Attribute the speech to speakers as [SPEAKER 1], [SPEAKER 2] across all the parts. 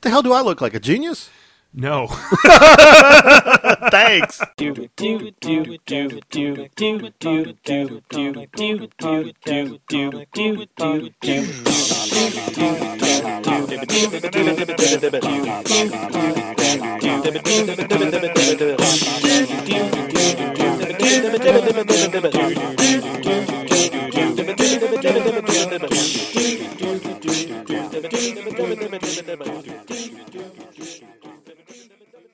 [SPEAKER 1] the hell do I look like? A genius?
[SPEAKER 2] No.
[SPEAKER 1] Thanks.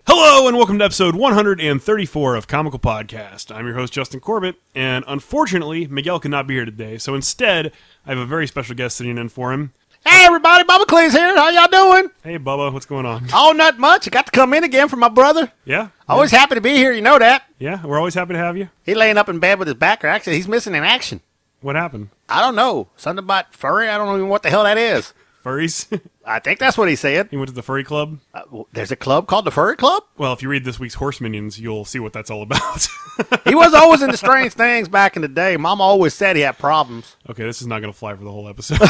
[SPEAKER 2] Hello and welcome to episode 134 of Comical Podcast. I'm your host Justin Corbett, and unfortunately Miguel could not be here today, so instead I have a very special guest sitting in for him.
[SPEAKER 1] Hey everybody, Bubba Clay's here. How y'all doing?
[SPEAKER 2] Hey Bubba, what's going on?
[SPEAKER 1] Oh, not much. I got to come in again for my brother.
[SPEAKER 2] Yeah,
[SPEAKER 1] Always happy to be here. You know that.
[SPEAKER 2] yeah, we're always happy to have you.
[SPEAKER 1] He laying up in bed with his back or actually he's missing in action.
[SPEAKER 2] What happened?
[SPEAKER 1] I don't know. Something about furry. I don't even what the hell that is.
[SPEAKER 2] Furries?
[SPEAKER 1] I think that's what he said.
[SPEAKER 2] you went to the furry club?
[SPEAKER 1] Uh, w- there's a club called the Furry Club.
[SPEAKER 2] Well, if you read this week's Horse Minions, you'll see what that's all about.
[SPEAKER 1] He was always into strange things back in the day. Mom always said he had problems.
[SPEAKER 2] okay, this is not going to fly for the whole episode.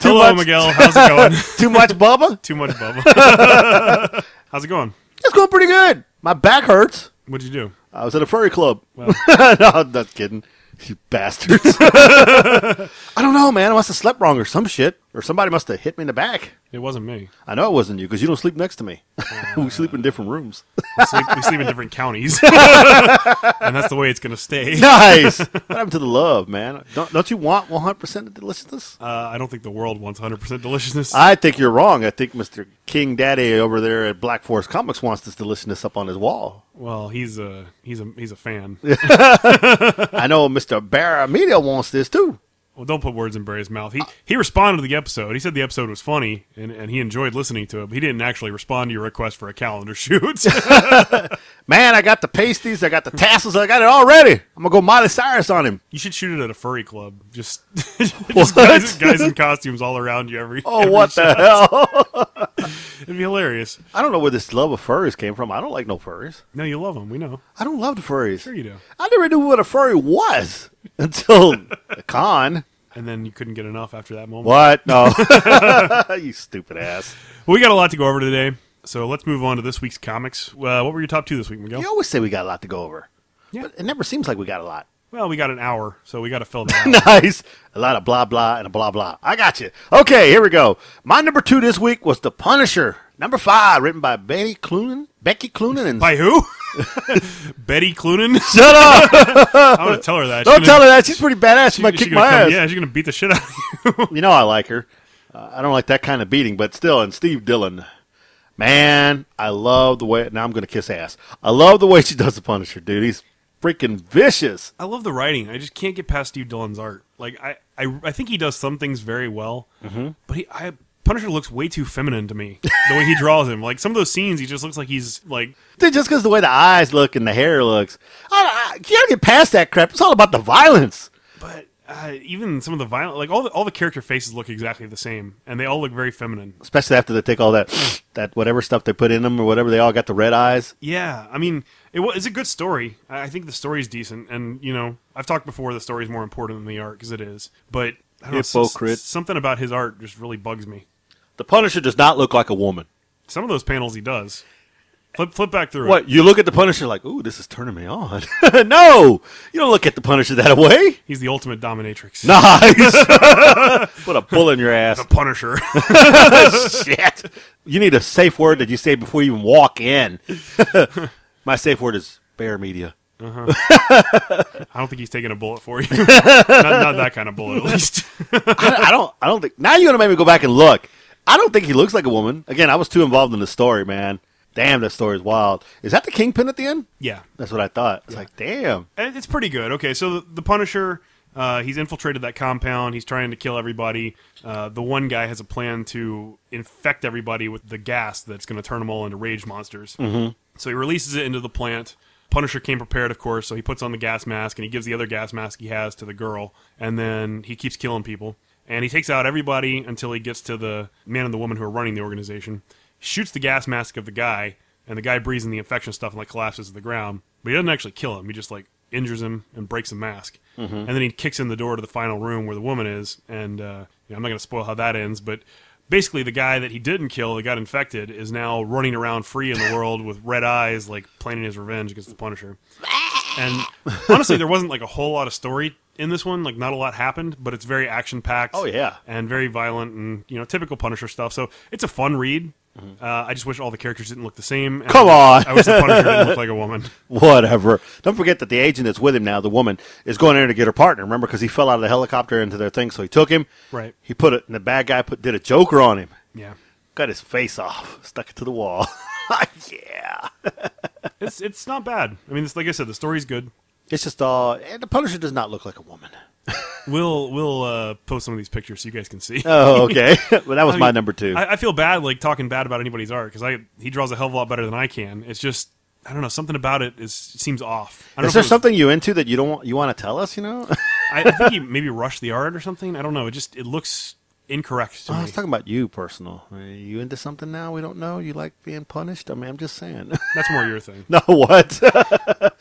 [SPEAKER 2] Hello,
[SPEAKER 1] much-
[SPEAKER 2] Miguel. How's it going?
[SPEAKER 1] Too much Bubba.
[SPEAKER 2] Too much Bubba. How's it going?
[SPEAKER 1] It's going pretty good. My back hurts.
[SPEAKER 2] What'd you do?
[SPEAKER 1] I was at a furry club.
[SPEAKER 2] Well-
[SPEAKER 1] no, I'm not kidding. You bastards. I don't know, man. I must have slept wrong or some shit. Or somebody must have hit me in the back.
[SPEAKER 2] It wasn't me.
[SPEAKER 1] I know it wasn't you because you don't sleep next to me. we sleep in different rooms.
[SPEAKER 2] We sleep, we sleep in different counties, and that's the way it's going to stay. Uh,
[SPEAKER 1] nice. What happened to the love, man? Don't, don't you want 100% of deliciousness?
[SPEAKER 2] Uh, I don't think the world wants 100% deliciousness.
[SPEAKER 1] I think you're wrong. I think Mr. King Daddy over there at Black Forest Comics wants this deliciousness up on his wall.
[SPEAKER 2] well, he's a he's a he's a fan.
[SPEAKER 1] I know Mr. Barra Media wants this too.
[SPEAKER 2] Well, don't put words in Barry's mouth. He he responded to the episode. He said the episode was funny and, and he enjoyed listening to it. But he didn't actually respond to your request for a calendar shoot.
[SPEAKER 1] Man, I got the pasties, I got the tassels, I got it all ready. I'm gonna go Miley Cyrus on him.
[SPEAKER 2] you should shoot it at a furry club. Just, just
[SPEAKER 1] What?
[SPEAKER 2] guys, guys in costumes all around you. Every
[SPEAKER 1] Oh,
[SPEAKER 2] every
[SPEAKER 1] what
[SPEAKER 2] shot.
[SPEAKER 1] the hell?
[SPEAKER 2] It'd be hilarious.
[SPEAKER 1] I don't know where this love of furries came from. I don't like no furries.
[SPEAKER 2] No, you love him. We know.
[SPEAKER 1] I don't love the furries.
[SPEAKER 2] Sure you do.
[SPEAKER 1] I never knew what a furry was until the con.
[SPEAKER 2] And then you couldn't get enough after that moment.
[SPEAKER 1] What? No. you stupid ass.
[SPEAKER 2] Well, we got a lot to go over today, so let's move on to this week's comics. Uh, what were your top two this week, Miguel?
[SPEAKER 1] You always say we got a lot to go over.
[SPEAKER 2] Yeah.
[SPEAKER 1] But it never seems like we got a lot.
[SPEAKER 2] Well, we got an hour, so we got to fill that. out.
[SPEAKER 1] nice. A lot of blah blah and a blah blah. I got you. Okay, here we go. My number two this week was The Punisher. Number five, written by Betty Cloonan, Becky Cloonan, and
[SPEAKER 2] By who? Betty Cloonan.
[SPEAKER 1] shut up.
[SPEAKER 2] I'm gonna tell her that.
[SPEAKER 1] Don't
[SPEAKER 2] She's
[SPEAKER 1] tell
[SPEAKER 2] gonna-
[SPEAKER 1] her that. She's pretty badass. She, might
[SPEAKER 2] she's
[SPEAKER 1] kick
[SPEAKER 2] gonna
[SPEAKER 1] my
[SPEAKER 2] come-
[SPEAKER 1] ass.
[SPEAKER 2] Yeah, she's gonna beat the shit out of you.
[SPEAKER 1] You know I like her. Uh, I don't like that kind of beating, but still. And Steve Dillon, man, I love the way. Now I'm going to kiss ass. I love the way she does the Punisher, dude. He's freaking vicious.
[SPEAKER 2] I love the writing. I just can't get past Steve Dillon's art. Like I, I, I think he does some things very well,
[SPEAKER 1] Mm-hmm.
[SPEAKER 2] but he, I, Punisher looks way too feminine to me. the way he draws him, like some of those scenes, he just looks like he's like,
[SPEAKER 1] Dude, just because the way the eyes look and the hair looks, I, I you gotta get past that crap. It's all about the violence.
[SPEAKER 2] but. Uh, even some of the violent, like all the all the character faces look exactly the same, and they all look very feminine.
[SPEAKER 1] Especially after they take all that that whatever stuff they put in them or whatever, they all got the red eyes.
[SPEAKER 2] Yeah, I mean, it was it's a good story. I I think the story's decent, and you know, I've talked before. The story's more important than the art because it is. But I don't know, s-
[SPEAKER 1] Hypocrite.
[SPEAKER 2] s- something about his art just really bugs me.
[SPEAKER 1] The Punisher does not look like a woman.
[SPEAKER 2] Some of those panels he does. Flip flip back through. It.
[SPEAKER 1] What you look at the Punisher like? Ooh, this is turning me on. no, you don't look at the Punisher that way.
[SPEAKER 2] He's the ultimate dominatrix.
[SPEAKER 1] Nice. Put a bull in your ass.
[SPEAKER 2] The Punisher.
[SPEAKER 1] Shit. You need a safe word that you say before you even walk in. My safe word is bear media.
[SPEAKER 2] I don't think he's taking a bullet for you. not, not that kind of bullet, at least.
[SPEAKER 1] I, I don't. I don't think. Now you're gonna make me go back and look. I don't think he looks like a woman. Again, I was too involved in the story, man. Damn, that story is wild. Is that the kingpin at the end?
[SPEAKER 2] yeah,
[SPEAKER 1] That's what I thought. It's like, damn.
[SPEAKER 2] It- it's pretty good. Okay, so the, the Punisher, uh, he's infiltrated that compound. He's trying to kill everybody. Uh, the one guy has a plan to infect everybody with the gas that's going to turn them all into rage monsters. Mm-hmm. So he releases it into the plant. Punisher came prepared, of course, so he puts on the gas mask and he gives the other gas mask he has to the girl, and then he keeps killing people. And he takes out everybody until he gets to the man and the woman who are running the organization. Shoots the gas mask of the guy, and the guy breathes in the infection stuff and like collapses to the ground. But he doesn't actually kill him. He just like injures him and breaks the mask. And then he kicks in the door to the final room where the woman is. And uh, you know, I'm not going to spoil how that ends, but basically the guy that he didn't kill that got infected is now running around free in the world with red eyes, like planning his revenge against the Punisher. And honestly, there wasn't like a whole lot of story in this one. Like, not a lot happened, but it's very action packed.
[SPEAKER 1] Oh, yeah.
[SPEAKER 2] and very violent, and you know, typical Punisher stuff. So it's a fun read. Uh, I just wish all the characters didn't look the same.
[SPEAKER 1] Mm-hmm.
[SPEAKER 2] and
[SPEAKER 1] Come on.
[SPEAKER 2] I wish the Punisher didn't look like a woman.
[SPEAKER 1] Whatever. Don't forget that the agent that's with him now, the woman, is going in to get her partner. Remember, because he fell out of the helicopter into their thing, so he took him.
[SPEAKER 2] Right.
[SPEAKER 1] He put it, and the bad guy put did a Joker on him.
[SPEAKER 2] Yeah,
[SPEAKER 1] Cut his face off, stuck it to the wall. yeah.
[SPEAKER 2] it's it's not bad. I mean, it's like I said, the story's good.
[SPEAKER 1] It's just all. And the Punisher does not look like a woman.
[SPEAKER 2] We'll we'll uh, post some of these pictures so you guys can see.
[SPEAKER 1] Oh, okay. well, that was
[SPEAKER 2] I
[SPEAKER 1] my
[SPEAKER 2] mean,
[SPEAKER 1] number two.
[SPEAKER 2] I, I feel bad like talking bad about anybody's art because I he draws a hell of a lot better than I can. It's just I don't know something about it is seems off. I don't
[SPEAKER 1] Is
[SPEAKER 2] know
[SPEAKER 1] there
[SPEAKER 2] if it was-
[SPEAKER 1] something you into that you don't want, you want to tell us? You know,
[SPEAKER 2] I, I think he maybe rushed the art or something. I don't know. It just it looks incorrect to
[SPEAKER 1] Oh, I
[SPEAKER 2] me.
[SPEAKER 1] was talking about you personal. Are you into something now? We don't know. You like being punished? I mean, I'm just saying.
[SPEAKER 2] That's more your thing.
[SPEAKER 1] no, what?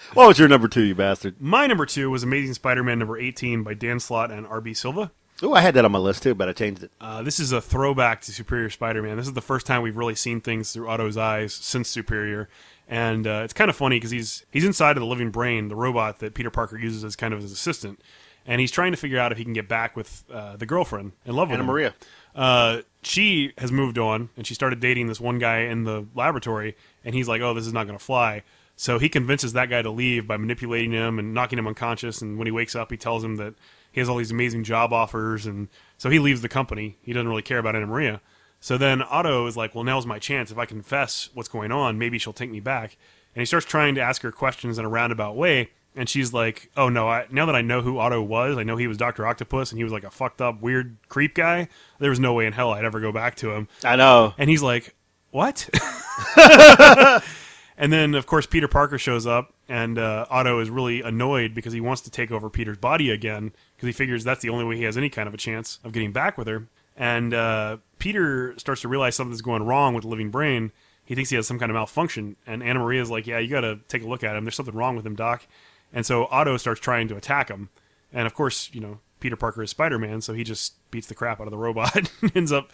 [SPEAKER 1] what was your number two, you bastard?
[SPEAKER 2] My number two was Amazing Spider-Man number eighteen by Dan Slott and R.B. Silva.
[SPEAKER 1] Ooh, I had that on my list too, but I changed it.
[SPEAKER 2] Uh, this is a throwback to Superior Spider-Man. This is the first time we've really seen things through Otto's eyes since Superior, and uh, it's kind of funny because he's he's inside of the living brain, the robot that Peter Parker uses as kind of his assistant, and he's trying to figure out if he can get back with uh, the girlfriend in love with
[SPEAKER 1] Anna
[SPEAKER 2] him.
[SPEAKER 1] Maria.
[SPEAKER 2] Uh, she has moved on, and she started dating this one guy in the laboratory, and he's like, "Oh, this is not going to fly." So he convinces that guy to leave by manipulating him and knocking him unconscious. And when he wakes up, he tells him that he has all these amazing job offers, and so he leaves the company. He doesn't really care about Anna Maria. So then Otto is like, "Well, now's my chance. If I confess what's going on, maybe she'll take me back." And he starts trying to ask her questions in a roundabout way. And she's like, "Oh no! I, now that I know who Otto was, I know he was Doctor Octopus, and he was like a fucked up, weird creep guy. There was no way in hell I'd ever go back to him."
[SPEAKER 1] I know.
[SPEAKER 2] And he's like, "What?" and then, of course, Peter Parker shows up, and uh, Otto is really annoyed because he wants to take over Peter's body again because he figures that's the only way he has any kind of a chance of getting back with her. And uh, Peter starts to realize something's going wrong with the living brain. He thinks he has some kind of malfunction, and Anna Maria's like, "Yeah, you got to take a look at him. There's something wrong with him, Doc." And so Otto starts trying to attack him, and of course, you know, Peter Parker is Spider Man, so he just beats the crap out of the robot, ends up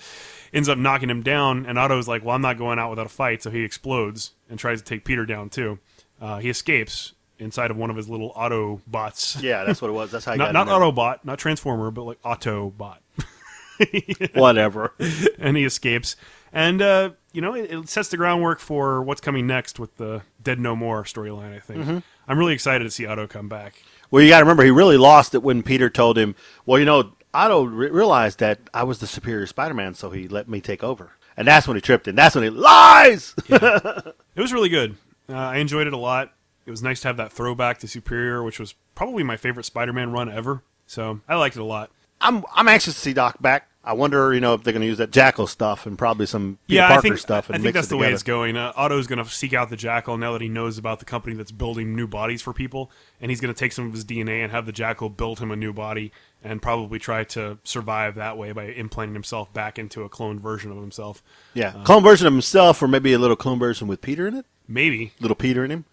[SPEAKER 2] ends up knocking him down, and Otto's like, "Well, I'm not going out without a fight," so he explodes and tries to take Peter down too. Uh, he escapes inside of one of his little Autobots. bots.
[SPEAKER 1] Yeah, that's what it was. That's how I
[SPEAKER 2] Not,
[SPEAKER 1] got
[SPEAKER 2] not
[SPEAKER 1] it. in
[SPEAKER 2] Autobot, not Transformer, but like Autobot
[SPEAKER 1] there. Whatever.
[SPEAKER 2] and he escapes. And uh, you know, it, it sets the groundwork for what's coming next with the Dead No More storyline. I think
[SPEAKER 1] Mm-hmm.
[SPEAKER 2] I'm really excited to see Otto come back.
[SPEAKER 1] Well, you got to remember, he really lost it when Peter told him, well, you know, Otto re- realized that I was the superior Spider Man, so he let me take over. And that's when he tripped, and that's when he lies.
[SPEAKER 2] It was really good. Uh, I enjoyed it a lot. It was nice to have that throwback to Superior, which was probably my favorite Spider-Man run ever. So I liked it a lot.
[SPEAKER 1] I'm I'm anxious to see Doc back. I wonder, you know, if they're going to use that Jackal stuff and probably some Peter
[SPEAKER 2] yeah,
[SPEAKER 1] Parker
[SPEAKER 2] I think
[SPEAKER 1] stuff. And
[SPEAKER 2] I think
[SPEAKER 1] mix
[SPEAKER 2] that's
[SPEAKER 1] it
[SPEAKER 2] the way
[SPEAKER 1] together.
[SPEAKER 2] it's going. Uh, Otto's going to seek out the Jackal now that he knows about the company that's building new bodies for people, and he's going to take some of his DNA and have the Jackal build him a new body and probably try to survive that way by implanting himself back into a cloned version of himself.
[SPEAKER 1] Yeah,
[SPEAKER 2] Uh.
[SPEAKER 1] clone version of himself, or maybe a little clone version with Peter in it,
[SPEAKER 2] Maybe
[SPEAKER 1] little Peter in him.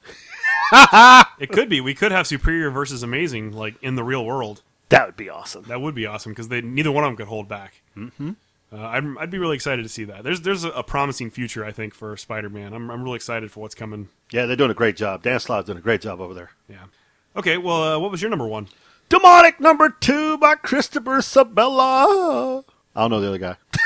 [SPEAKER 2] it could be. We could have Superior versus Amazing like in the real world.
[SPEAKER 1] That would be awesome.
[SPEAKER 2] That would be awesome because they neither one of them could hold back. Mm-hmm. Uh, I'd, I'd be really excited to see that. There's there's a, a promising future I think for Spider-Man. I'm I'm really excited for what's coming.
[SPEAKER 1] Yeah, they're doing a great job. Dan Slott's doing a great job over there.
[SPEAKER 2] Yeah. Okay. Well, uh, what was your number one?
[SPEAKER 1] Demonic number two by Christopher Sabella. I don't know the other guy.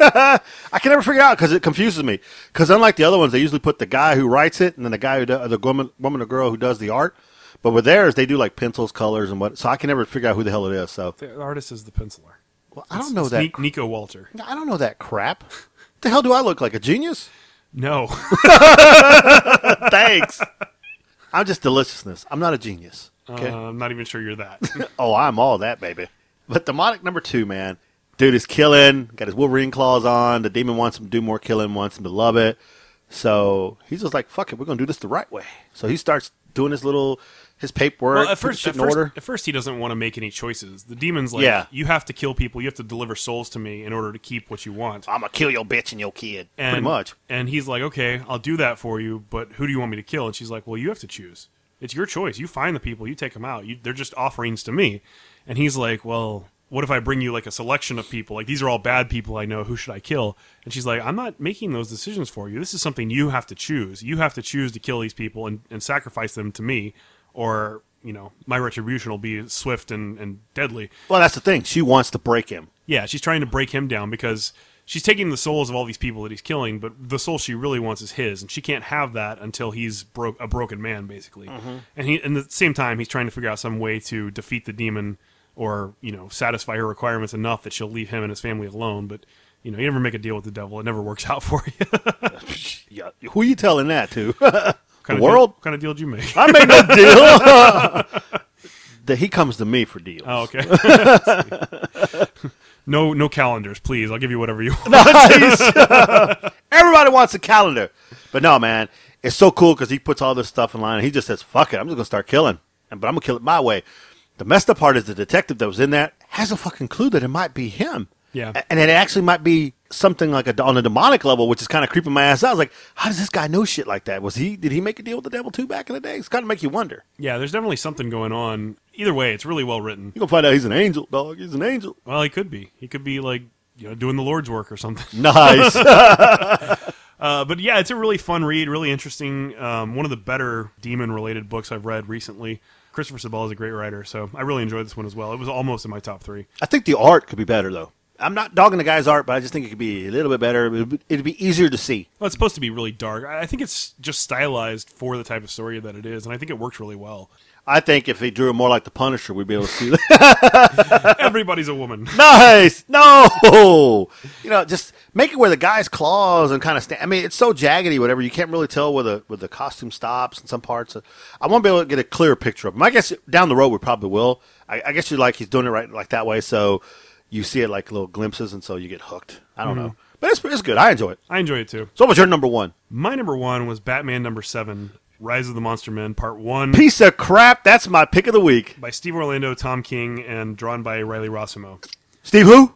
[SPEAKER 1] I can never figure it out because it confuses me. Because unlike the other ones, they usually put the guy who writes it and then the guy who do, the woman, woman or girl who does the art. But with theirs, they do like pencils, colors, and what. So I can never figure out who the hell it is. So
[SPEAKER 2] The artist is the penciler.
[SPEAKER 1] well, I don't know
[SPEAKER 2] It's
[SPEAKER 1] that.
[SPEAKER 2] Ni- Nico Walter.
[SPEAKER 1] I don't know that crap. the hell do I look like a genius?
[SPEAKER 2] No.
[SPEAKER 1] Thanks. I'm just deliciousness. I'm not a genius. Okay.
[SPEAKER 2] Uh, I'm not even sure you're that.
[SPEAKER 1] oh, I'm all that, baby. But demonic number two, man. Dude is killing. Got his Wolverine claws on. The demon wants him to do more killing, wants him to love it. So he's just like, fuck it, we're going to do this the right way. So he starts doing his little, his paperwork,
[SPEAKER 2] well,
[SPEAKER 1] puts
[SPEAKER 2] at first,
[SPEAKER 1] shit
[SPEAKER 2] at
[SPEAKER 1] in
[SPEAKER 2] first,
[SPEAKER 1] order.
[SPEAKER 2] at first, he doesn't want to make any choices. The demon's like,
[SPEAKER 1] Yeah.
[SPEAKER 2] you have to kill people. You have to deliver souls to me in order to keep what you want.
[SPEAKER 1] I'm going to kill your bitch and your kid.
[SPEAKER 2] And,
[SPEAKER 1] Pretty much.
[SPEAKER 2] And he's like, okay, I'll do that for you, but who do you want me to kill? And she's like, well, you have to choose. It's your choice. You find the people. You take them out. You, they're just offerings to me. And he's like, well, what if I bring you like a selection of people? Like these are all bad people I know. Who should I kill? And she's like, I'm not making those decisions for you. This is something you have to choose. You have to choose to kill these people and, and sacrifice them to me, or you know, my retribution will be swift and, and deadly.
[SPEAKER 1] Well, that's the thing. She wants to break him.
[SPEAKER 2] Yeah, she's trying to break him down because she's taking the souls of all these people that he's killing, but the soul she really wants is his, and she can't have that until he's broke a broken man, basically.
[SPEAKER 1] Mm-hmm.
[SPEAKER 2] And he, and at the same time, he's trying to figure out some way to defeat the demon or you know satisfy her requirements enough that she'll leave him and his family alone. But you know, you never make a deal with the devil; it never works out for you.
[SPEAKER 1] Yeah. Who are you telling that to?
[SPEAKER 2] kind
[SPEAKER 1] The world?
[SPEAKER 2] Deal, what kind of deal did you make?
[SPEAKER 1] I made no deal. that he comes to me for deals.
[SPEAKER 2] Oh, okay. no, no calendars, please. I'll give you whatever you want.
[SPEAKER 1] Nice. Everybody wants a calendar. But no, man, it's so cool because he puts all this stuff in line and he just says, fuck it, I'm just going to start killing. And, but I'm going to kill it my way. The messed up part is the detective that was in that has a fucking clue that it might be him.
[SPEAKER 2] Yeah.
[SPEAKER 1] A- And it actually might be something like a, on a demonic level, which is kind of creeping my ass out. I was like, how does this guy know shit like that? Was he, did he make a deal with the devil too back in the day? It's kind of make you wonder.
[SPEAKER 2] Yeah, there's definitely something going on. Either way, it's really well written.
[SPEAKER 1] You're going to find out he's an angel, dog. He's an angel.
[SPEAKER 2] Well, he could be. He could be like you know doing the Lord's work or something.
[SPEAKER 1] Nice.
[SPEAKER 2] Uh, but yeah, it's a really fun read, really interesting. Um, one of the better demon related books I've read recently. Christopher Sabella is a great writer, so I really enjoyed this one as well. It was almost in my top three.
[SPEAKER 1] I think the art could be better though. I'm not dogging the guy's art, but I just think it could be a little bit better. It'd be- It'd be easier to see.
[SPEAKER 2] Well, it's supposed to be really dark. I I think it's just stylized for the type of story that it is, and I think it works really well.
[SPEAKER 1] I think if they drew it more like the Punisher, we'd be able to see that.
[SPEAKER 2] Everybody's a woman.
[SPEAKER 1] nice. No, you know, just make it where the guy's claws and kind of. Sta- I mean, it's so jaggedy, whatever. You can't really tell where the where the costume stops in some parts. I want to be able to get a clearer picture of him. I guess down the road we probably will. I, I guess you're like he's doing it right like that way, so you see it like little glimpses, and so you get hooked. I don't know, but it's it's good. I enjoy it.
[SPEAKER 2] I enjoy it too.
[SPEAKER 1] So, what's your number one?
[SPEAKER 2] My number one was Batman number seven, Rise of the Monster Men, part one.
[SPEAKER 1] Piece of crap. That's my pick of the week.
[SPEAKER 2] by Steve Orlando, Tom King, and drawn by Riley Rossimo.
[SPEAKER 1] Steve, who?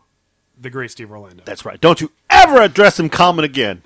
[SPEAKER 2] The great Steve Orlando.
[SPEAKER 1] That's right. Don't you ever address him common again.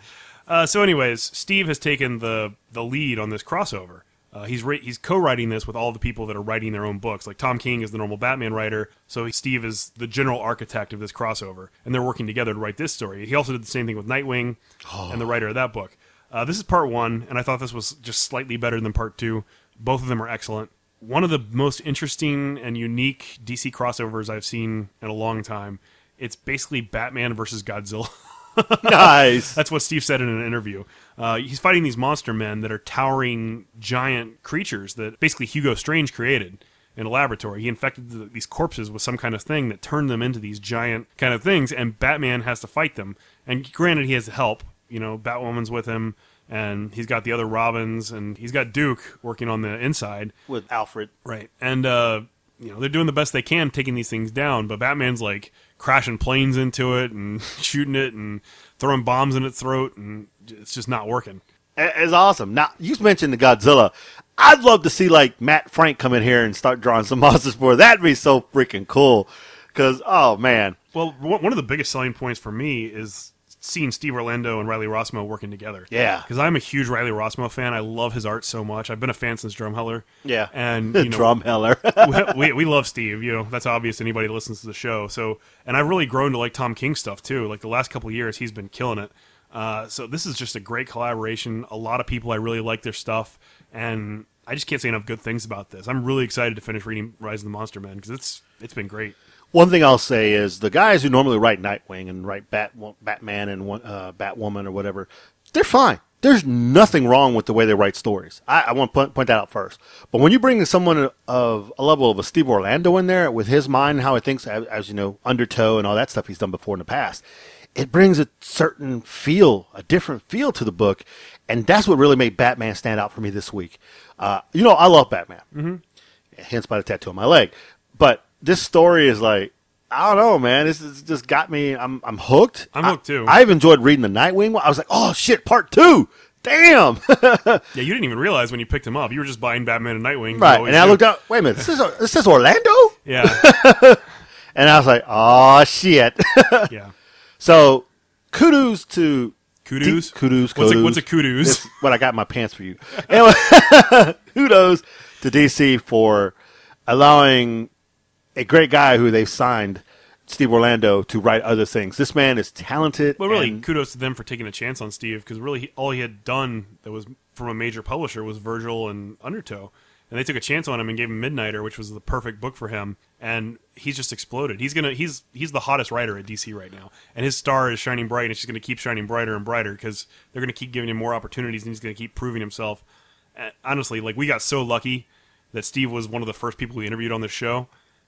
[SPEAKER 2] Uh, so, anyways, Steve has taken the the lead on this crossover. Uh, he's re- he's co-writing this with all the people that are writing their own books. Like Tom King is the normal Batman writer, so Steve is the general architect of this crossover, and they're working together to write this story. He also did the same thing with Nightwing and the writer of that book. Uh, this is part one, and I thought this was just slightly better than part two. Both of them are excellent. One of the most interesting and unique DC crossovers I've seen in a long time. It's basically Batman versus Godzilla.
[SPEAKER 1] Nice.
[SPEAKER 2] That's what Steve said in an interview. Uh, he's fighting these monster men that are towering giant creatures that basically Hugo Strange created in a laboratory. He infected the, these corpses with some kind of thing that turned them into these giant kind of things, and Batman has to fight them. And granted, he has help. You know, Batwoman's with him, and he's got the other Robins, and he's got Duke working on the inside.
[SPEAKER 1] With Alfred.
[SPEAKER 2] Right. And uh, you know, they're doing the best they can taking these things down, but Batman's like crashing planes into it and shooting it and throwing bombs in its throat and j- it's just not working.
[SPEAKER 1] I- It's awesome. Now, you mentioned the Godzilla. I'd love to see, like, Matt Frank come in here and start drawing some monsters for her. That'd be so freaking cool. Because, oh, man.
[SPEAKER 2] Well, one one of the biggest selling points for me is seeing Steve Orlando and Riley Rossmo working together.
[SPEAKER 1] Yeah.
[SPEAKER 2] Because I'm a huge Riley Rossmo fan. I love his art so much. I've been a fan since Drumheller.
[SPEAKER 1] Yeah.
[SPEAKER 2] And, you know,
[SPEAKER 1] Drumheller.
[SPEAKER 2] we, we love Steve. You know that's obvious. to Anybody that listens to the show. So, and I've really grown to like Tom King stuff too. Like the last couple of years, he's been killing it. Uh, so this is just a great collaboration. A lot of people I really like their stuff, and I just can't say enough good things about this. I'm really excited to finish reading Rise of the Monster Men because it's it's been great.
[SPEAKER 1] One thing I'll say is the guys who normally write Nightwing and write Bat, Batman and uh, Batwoman or whatever, they're fine. There's nothing wrong with the way they write stories. I, I want to point, point that out first. But when you bring in someone of a level of a Steve Orlando in there with his mind, how he thinks, as, as you know, Undertow and all that stuff he's done before in the past, it brings a certain feel, a different feel to the book. And that's what really made Batman stand out for me this week. Uh, you know, I love Batman hence by the tattoo on my leg. But this story is like, I don't know, man. This is just got me. I'm I'm hooked.
[SPEAKER 2] I'm
[SPEAKER 1] I-
[SPEAKER 2] hooked, too.
[SPEAKER 1] I've enjoyed reading the Nightwing. one. I was like, oh shit, part two. Damn.
[SPEAKER 2] Yeah, you didn't even realize when you picked him up. You were just buying Batman and Nightwing. You
[SPEAKER 1] right.
[SPEAKER 2] always
[SPEAKER 1] And I
[SPEAKER 2] do.
[SPEAKER 1] looked up. Wait a minute. This is this is Orlando.
[SPEAKER 2] Yeah,
[SPEAKER 1] And I was like, oh shit.
[SPEAKER 2] yeah.
[SPEAKER 1] so, kudos to
[SPEAKER 2] Kudos?
[SPEAKER 1] kudos.
[SPEAKER 2] What's a-
[SPEAKER 1] kudos.
[SPEAKER 2] what's a kudos?
[SPEAKER 1] That's what I got in my pants for you. Anyway, kudos to DC for allowing a great guy who they've signed Steve Orlando to write other things. This man is talented.
[SPEAKER 2] But really,
[SPEAKER 1] and-
[SPEAKER 2] kudos to them for taking a chance on Steve because really he, all he had done that was from a major publisher was Virgil and Undertow, and they took a chance on him and gave him Midnighter, which was the perfect book for him, and he's just exploded. He's gonna he's he's the hottest writer at DC right now, and his star is shining bright, and it's just gonna keep shining brighter and brighter because they're gonna keep giving him more opportunities, and he's gonna keep proving himself. And honestly, like we got so lucky that Steve was one of the first people we interviewed on this show.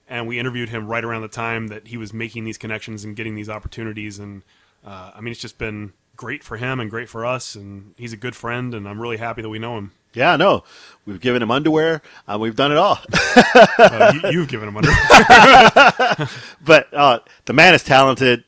[SPEAKER 2] And we interviewed him right around the time that he was making these connections and getting these opportunities. And uh, I mean, it's just been great for him and great for us. And he's a good friend, and I'm really happy that we know him.
[SPEAKER 1] yeah, I know. We've given him underwear. Uh, we've done it all.
[SPEAKER 2] Uh, you, you've given him under.
[SPEAKER 1] but uh, the man is talented.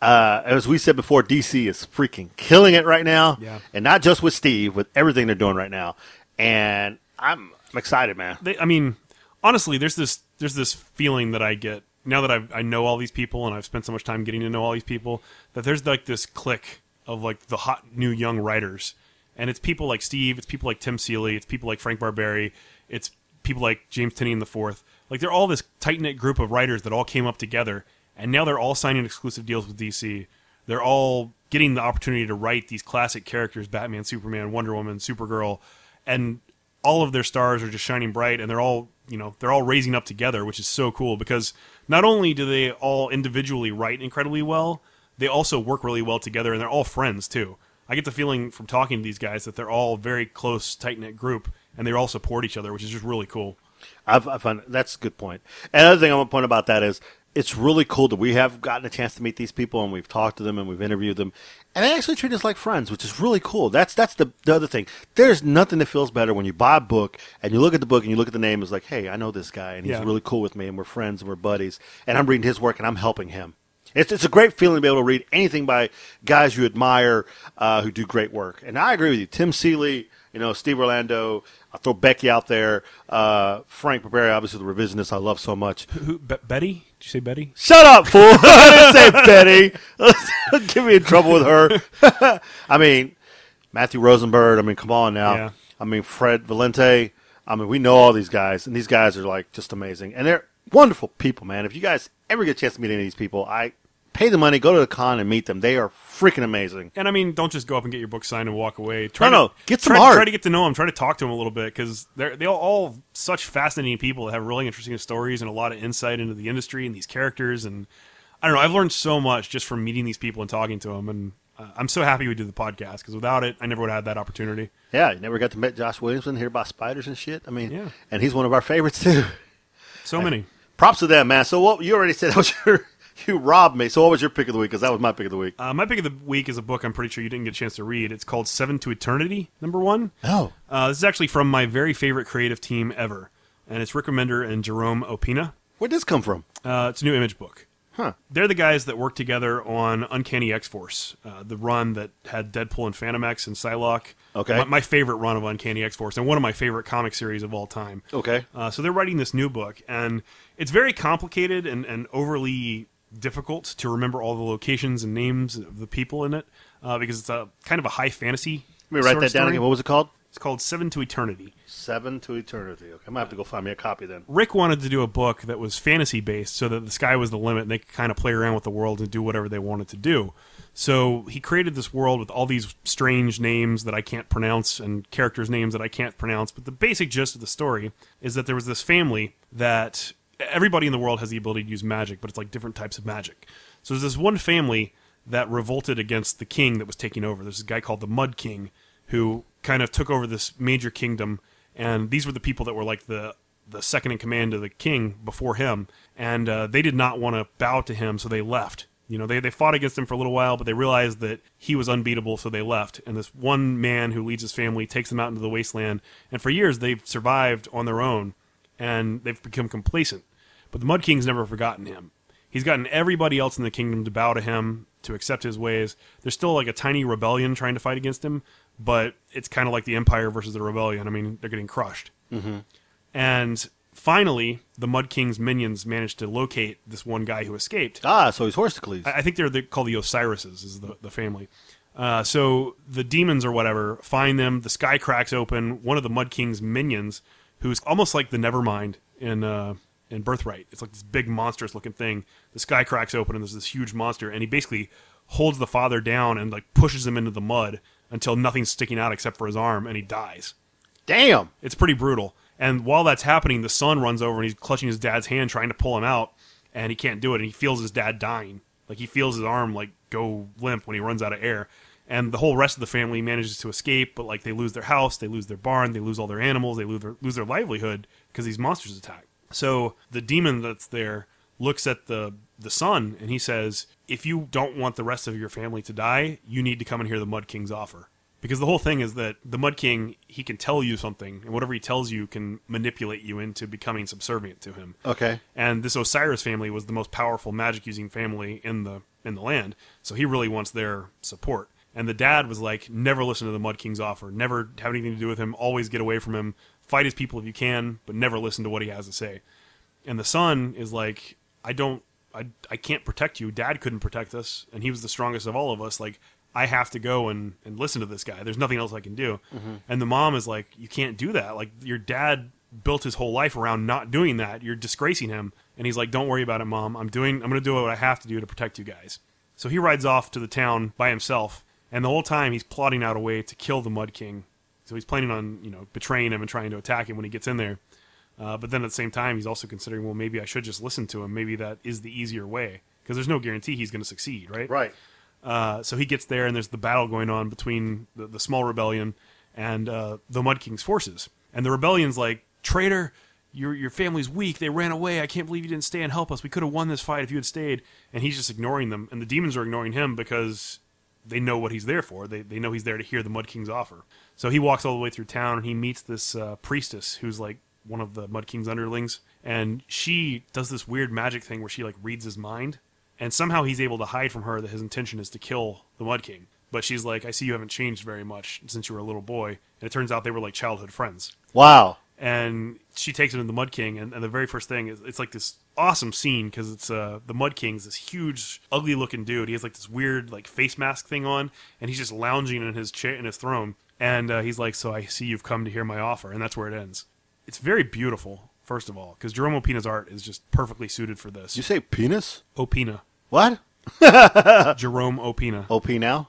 [SPEAKER 1] Uh, as we said before, DC is freaking killing it right now,
[SPEAKER 2] Yeah.
[SPEAKER 1] and not just with Steve, with everything they're doing right now. And I'm, I'm excited, man.
[SPEAKER 2] they, I mean, honestly, there's this there's this feeling that I get now that I've, I know all these people and I've spent so much time getting to know all these people that there's like this clique of like the hot new young writers, and it's people like Steve, it's people like Tim Seeley, it's people like Frank Barberi, it's people like James Tinian the Fourth. Like they're all this tight knit group of writers that all came up together, and now they're all signing exclusive deals with DC. They're all getting the opportunity to write these classic characters: Batman, Superman, Wonder Woman, Supergirl, and all of their stars are just shining bright and they're all you know they're all raising up together which is so cool because not only do they all individually write incredibly well they also work really well together and they're all friends too i get the feeling from talking to these guys that they're all very close tight-knit group and they all support each other which is just really cool
[SPEAKER 1] I've, I find that's a good point. Another thing I want to point about that is it's really cool that we have gotten a chance to meet these people and we've talked to them and we've interviewed them, and they actually treat us like friends, which is really cool. That's that's the, the other thing. There's nothing that feels better when you buy a book and you look at the book and you look at the name. It's like, hey, I know this guy and he's
[SPEAKER 2] Yeah.
[SPEAKER 1] really cool with me and we're friends and we're buddies and I'm reading his work and I'm helping him. It's, it's a great feeling to be able to read anything by guys you admire uh, who do great work. And I agree with you. Tim Seeley, you know, Steve Orlando, I'll throw Becky out there. Uh, Frank Barberi, obviously the revisionist I love so much.
[SPEAKER 2] who Be- betty did you say betty
[SPEAKER 1] Shut up, fool. I didn't say Betty. Get me in trouble with her. I mean, Matthew Rosenberg. I mean, come on now.
[SPEAKER 2] Yeah.
[SPEAKER 1] I mean, Fred Valente. I mean, we know all these guys, and these guys are like just amazing. And they're wonderful people, man. If you guys ever get a chance to meet any of these people, I pay the money, go to the con, and meet them. They are freaking amazing.
[SPEAKER 2] and I mean, don't just go up and get your book signed and walk away. Try
[SPEAKER 1] No,
[SPEAKER 2] to,
[SPEAKER 1] no, get some
[SPEAKER 2] try,
[SPEAKER 1] art.
[SPEAKER 2] Try to get to know them. Try to talk to them a little bit because they're they all, all such fascinating people that have really interesting stories and a lot of insight into the industry and these characters. And I don't know, I've learned so much just from meeting these people and talking to them. And uh, I'm so happy we did the podcast because without it, I never would have had that opportunity.
[SPEAKER 1] Yeah, you never got to meet Josh Williamson, hear about spiders and shit. I mean,
[SPEAKER 2] Yeah.
[SPEAKER 1] and he's one of our favorites too.
[SPEAKER 2] So many.
[SPEAKER 1] Props to them, man. So what you already said that was your you robbed me. So what was your pick of the week? Because that was my pick of the week.
[SPEAKER 2] Uh, my pick of the week is a book I'm pretty sure you didn't get a chance to read. It's called Seven to Eternity, number one.
[SPEAKER 1] Oh,
[SPEAKER 2] Uh, this is actually from my very favorite creative team ever, and it's Rick Remender and Jerome Opina.
[SPEAKER 1] where'd this come from?
[SPEAKER 2] Uh, it's a new image book.
[SPEAKER 1] Huh.
[SPEAKER 2] They're the guys that worked together on Uncanny X Force, uh, the run that had Deadpool and Phantom X and Psylocke.
[SPEAKER 1] Okay.
[SPEAKER 2] My, my favorite run of Uncanny X Force, and one of my favorite comic series of all time.
[SPEAKER 1] Okay.
[SPEAKER 2] Uh, so they're writing this new book, and it's very complicated and, and overly difficult to remember all the locations and names of the people in it uh, because it's a kind of a high fantasy.
[SPEAKER 1] Let me write
[SPEAKER 2] sort of
[SPEAKER 1] that down
[SPEAKER 2] story.
[SPEAKER 1] again. What was it called?
[SPEAKER 2] It's called Seven to Eternity.
[SPEAKER 1] Seven to Eternity. Okay, I might have to go find me a copy then.
[SPEAKER 2] Rick wanted to do a book that was fantasy based so that the sky was the limit and they could kind of play around with the world and do whatever they wanted to do. So he created this world with all these strange names that I can't pronounce and characters' names that I can't pronounce. But the basic gist of the story is that there was this family that everybody in the world has the ability to use magic, but it's like different types of magic. So there's this one family that revolted against the king that was taking over. There's a guy called the Mud King who kind of took over this major kingdom, and these were the people that were like the the second in command of the king before him, and uh, they did not want to bow to him, so they left. You know, they, they fought against him for a little while, but they realized that he was unbeatable, so they left. And this one man who leads his family takes them out into the wasteland, and for years they've survived on their own, and they've become complacent. But the Mud King's never forgotten him. He's gotten everybody else in the kingdom to bow to him, to accept his ways. There's still like a tiny rebellion trying to fight against him, but it's kind of like the Empire versus the rebellion. I mean, they're getting crushed. And finally, the Mud King's minions managed to locate this one guy who escaped.
[SPEAKER 1] Ah, so he's Horsecles.
[SPEAKER 2] I I think they're the, called the Osirises, is the, the family. Uh, so the demons or whatever find them. The sky cracks open. One of the Mud King's minions, who's almost like the Nevermind in uh, in Birthright. It's like this big monstrous looking thing. The sky cracks open and there's this huge monster, and he basically holds the father down and like pushes him into the mud until nothing's sticking out except for his arm, and he dies.
[SPEAKER 1] Damn.
[SPEAKER 2] It's pretty brutal. And while that's happening, the son runs over and he's clutching his dad's hand, trying to pull him out, and he can't do it. And he feels his dad dying. Like he feels his arm like go limp when he runs out of air. And the whole rest of the family manages to escape, but like they lose their house, they lose their barn, they lose all their animals, they lose their, lose their livelihood because these monsters attack. So the demon that's there looks at the the son and he says, "If you don't want the rest of your family to die, you need to come and hear the Mud King's offer." because the whole thing is that the Mud King he can tell you something, and whatever he tells you can manipulate you into becoming subservient to him.
[SPEAKER 1] Okay.
[SPEAKER 2] And this Osiris family was the most powerful magic using family in the in the land, so he really wants their support. And the dad was like, never listen to the Mud King's offer, never have anything to do with him, always get away from him, fight his people if you can, but never listen to what he has to say. And the son is like, I don't, I, I can't protect you. Dad couldn't protect us, and he was the strongest of all of us. Like, I have to go and, and listen to this guy. There's nothing else I can do. And the mom is like, You can't do that. Like, your dad built his whole life around not doing that. You're disgracing him. And he's like, Don't worry about it, mom. I'm doing, I'm going to do what I have to do to protect you guys. So he rides off to the town by himself. And the whole time he's plotting out a way to kill the Mud King. So he's planning on, you know, betraying him and trying to attack him when he gets in there. Uh, but then at the same time, he's also considering, well, maybe I should just listen to him. Maybe that is the easier way because there's no guarantee he's going to succeed, right?
[SPEAKER 1] Right.
[SPEAKER 2] Uh, so he gets there, and there's the battle going on between the, the small rebellion and uh, the Mud King's forces. And the rebellion's like, "Traitor, your your family's weak. They ran away. I can't believe you didn't stay and help us. We could have won this fight if you had stayed." And he's just ignoring them, and the demons are ignoring him because they know what he's there for. They they know he's there to hear the Mud King's offer. So he walks all the way through town, and he meets this uh, priestess who's like one of the Mud King's underlings, and she does this weird magic thing where she like reads his mind and somehow he's able to hide from her that his intention is to kill the Mud King. But she's like, I see you haven't changed very much since you were a little boy. And it turns out they were like childhood friends.
[SPEAKER 1] Wow.
[SPEAKER 2] And she takes him to the Mud King, and, and the very first thing is it's like this awesome scene because it's uh, the Mud King's this huge, ugly looking dude. He has like this weird like face mask thing on, and he's just lounging in his chair in his throne. And uh, he's like, "So I see you've come to hear my offer," and that's where it ends. It's very beautiful, first of all, because Jerome Opina's art is just perfectly suited for this.
[SPEAKER 1] Did you say penis?
[SPEAKER 2] Opina.
[SPEAKER 1] What?
[SPEAKER 2] Jerome Opina.
[SPEAKER 1] OP now?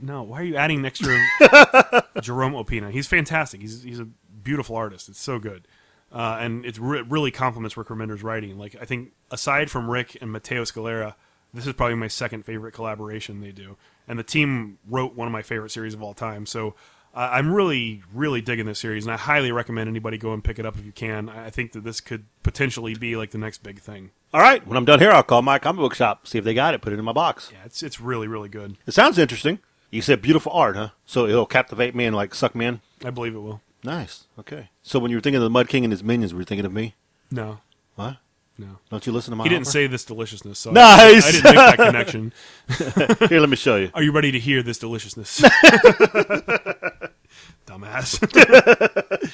[SPEAKER 2] No, why are you adding an extra Jerome Opina? He's fantastic. He's he's a beautiful artist. It's so good, uh, and it re- really complements Rick Remender's writing. Like I think aside from Rick and Matteo Scalera, this is probably my second favorite collaboration they do. And the team wrote one of my favorite series of all time. So uh, I'm really really digging this series, and I highly recommend anybody go and pick it up if you can. I I think that this could potentially be like the next big thing.
[SPEAKER 1] All right. When I'm done here, I'll call my comic book shop, see if they got it, put it in my box.
[SPEAKER 2] Yeah, it's it's really really good.
[SPEAKER 1] It sounds interesting. You said beautiful art, huh? So it'll captivate me and like suck me in.
[SPEAKER 2] I believe it will.
[SPEAKER 1] Nice. Okay. So when you were thinking of the Mud King and his minions, were you thinking of me?
[SPEAKER 2] No,
[SPEAKER 1] What?
[SPEAKER 2] no.
[SPEAKER 1] Don't you listen to my?
[SPEAKER 2] He didn't
[SPEAKER 1] offer?
[SPEAKER 2] say this deliciousness. So I-
[SPEAKER 1] Nice!
[SPEAKER 2] I, didn't make that connection.
[SPEAKER 1] Here, let me show you.
[SPEAKER 2] Are you ready to hear this deliciousness? Dumbass.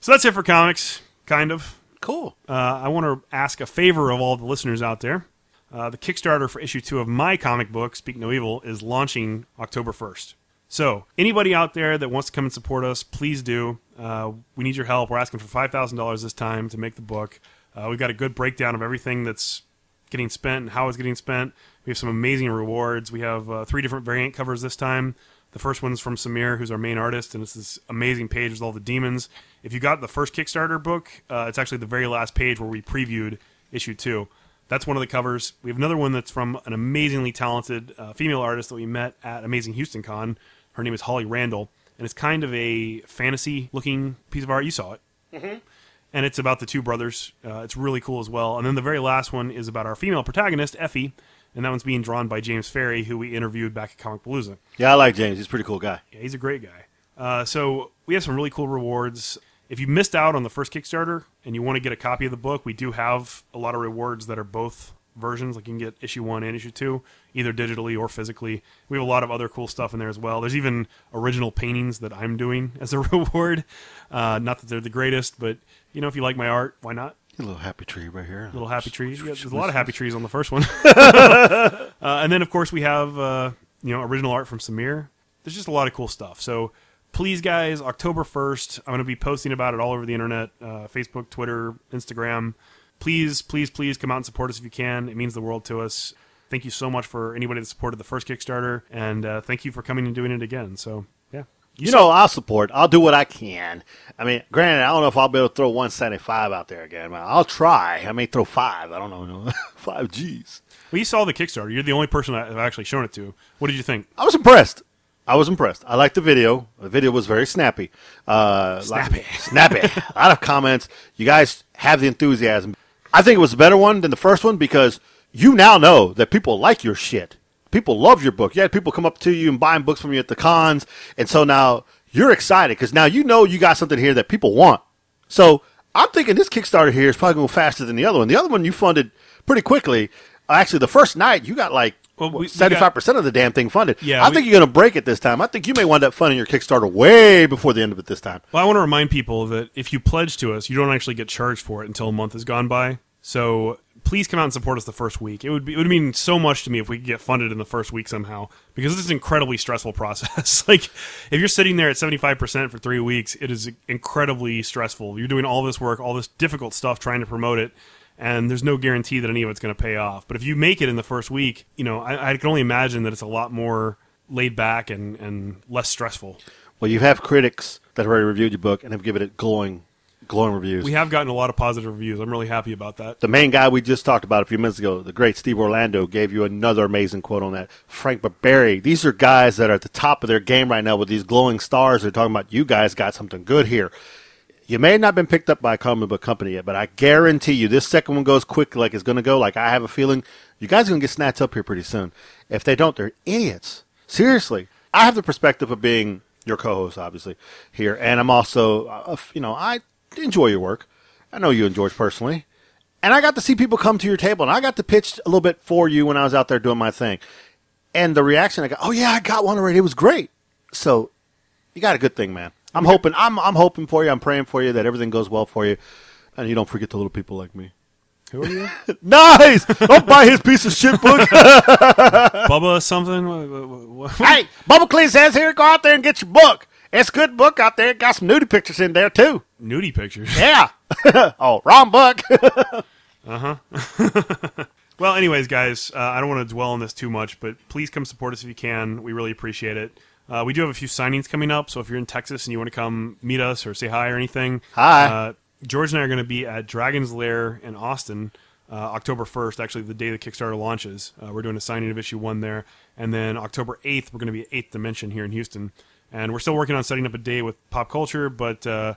[SPEAKER 2] so that's it for comics, kind of.
[SPEAKER 1] Cool.
[SPEAKER 2] Uh, I want to ask a favor of all the listeners out there. Uh, the Kickstarter for issue two of my comic book, Speak No Evil, is launching October 1st. So, anybody out there that wants to come and support us, please do. Uh, we need your help. We're asking for $5,000 this time to make the book. Uh, we've got a good breakdown of everything that's getting spent and how it's getting spent. We have some amazing rewards. We have uh, three different variant covers this time. The first one's from Samir, who's our main artist, and it's this amazing page with all the demons. If you got the first Kickstarter book, uh, it's actually the very last page where we previewed issue two. That's one of the covers. We have another one that's from an amazingly talented uh, female artist that we met at Amazing Houston Con. Her name is Holly Randall, and it's kind of a fantasy looking piece of art. You saw it and it's about the two brothers. Uh, it's really cool as well. And then the very last one is about our female protagonist, Effie, and that one's being drawn by James Ferry, who we interviewed back at Comic Palooza.
[SPEAKER 1] Yeah, I like James. He's a pretty cool guy.
[SPEAKER 2] Yeah, he's a great guy. Uh, so we have some really cool rewards. If you missed out on the first Kickstarter and you want to get a copy of the book, we do have a lot of rewards that are both versions. Like you can get issue one and issue two, either digitally or physically. We have a lot of other cool stuff in there as well. There's even original paintings that I'm doing as a reward. Uh, not that they're the greatest, but you know, if you like my art, why not?
[SPEAKER 1] A little happy tree right here.
[SPEAKER 2] little happy trees. Yeah, there's a lot of happy trees on the first one. uh, and then of course we have uh, you know original art from Samir. There's just a lot of cool stuff. So please, guys, October first, I'm going to be posting about it all over the internet, uh, Facebook, Twitter, Instagram. please, please, please come out and support us if you can. It means the world to us. Thank you so much for anybody that supported the first Kickstarter, and uh, thank you for coming and doing it again. So, yeah.
[SPEAKER 1] You, know, I'll support. I'll do what I can. I mean, granted, I don't know if I'll be able to throw 175 out there again. but I'll try. I may throw five. I don't know. five G's.
[SPEAKER 2] Well, you saw the Kickstarter. You're the only person I've actually shown it to. What did you think?
[SPEAKER 1] I was impressed. I was impressed. I liked the video. The video was very snappy. Uh,
[SPEAKER 2] Snappy.
[SPEAKER 1] like- snappy. a lot of comments. You guys have the enthusiasm. I think it was a better one than the first one because you now know that people like your shit. People love your book. You had people come up to you and buying books from you at the cons, and so now you're excited because now you know you got something here that people want. So I'm thinking this Kickstarter here is probably going faster than the other one. The other one you funded pretty quickly. Actually, the first night you got like
[SPEAKER 2] Well, we- we got-
[SPEAKER 1] seventy five percent of the damn thing funded.
[SPEAKER 2] Yeah,
[SPEAKER 1] I
[SPEAKER 2] we-
[SPEAKER 1] think you're going to break it this time. I think you may wind up funding your Kickstarter way before the end of it this time.
[SPEAKER 2] Well, I want to remind people that if you pledge to us, you don't actually get charged for it until a month has gone by. So please come out and support us the first week. It would be, it would mean so much to me if we could get funded in the first week somehow because this is an incredibly stressful process. like if you're sitting there at 75% for 3 weeks, it is incredibly stressful. You're doing all this work, all this difficult stuff trying to promote it and there's no guarantee that any of it's going to pay off. But if you make it in the first week, you know, I, I can only imagine that it's a lot more laid back and, and less stressful.
[SPEAKER 1] Well, you have critics that have already reviewed your book and have given it glowing, glowing reviews.
[SPEAKER 2] We have gotten a lot of positive reviews. I'm really happy about that.
[SPEAKER 1] the main guy we just talked about a few minutes ago, the great Steve Orlando, gave you another amazing quote on that. Frank Barberi. These are guys that are at the top of their game right now with these glowing stars. They're talking about you guys got something good here. You may have not been picked up by a comic book company yet, but I guarantee you this second one goes quick like it's going to go. Like I have a feeling you guys are going to get snatched up here pretty soon. If they don't, they're idiots. Seriously. I have the perspective of being your co-host, obviously, here. And I'm also, uh, you know, I enjoy your work. I know you and George personally. And I got to see people come to your table, and I got to pitch a little bit for you when I was out there doing my thing. And the reaction I got, oh yeah, I got one already. It was great. So you got a good thing, man. I'm hoping, I'm I'm hoping for you. I'm praying for you that everything goes well for you, and you don't forget the little people like me.
[SPEAKER 2] Who are you?
[SPEAKER 1] Nice. don't buy his piece of shit book.
[SPEAKER 2] Bubba something? Wha- wha- wha- wha-
[SPEAKER 1] hey, Bubble Clean says here, go out there and get your book. It's a good book out there. It got some nudie pictures in there too.
[SPEAKER 2] Nudie pictures.
[SPEAKER 1] Yeah. oh, wrong book.
[SPEAKER 2] Well, anyways, guys, uh, I don't want to dwell on this too much, but please come support us if you can. We really appreciate it. Uh, we do have a few signings coming up, so if you're in Texas and you want to come meet us or say hi or anything,
[SPEAKER 1] Hi.
[SPEAKER 2] Uh, George and I are going to be at Dragon's Lair in Austin uh, October 1st, actually the day the Kickstarter launches. Uh, we're doing a signing of issue one there, and then October 8th we're going to be at Eighth Dimension here in Houston, and we're still working on setting up a day with pop culture, but uh,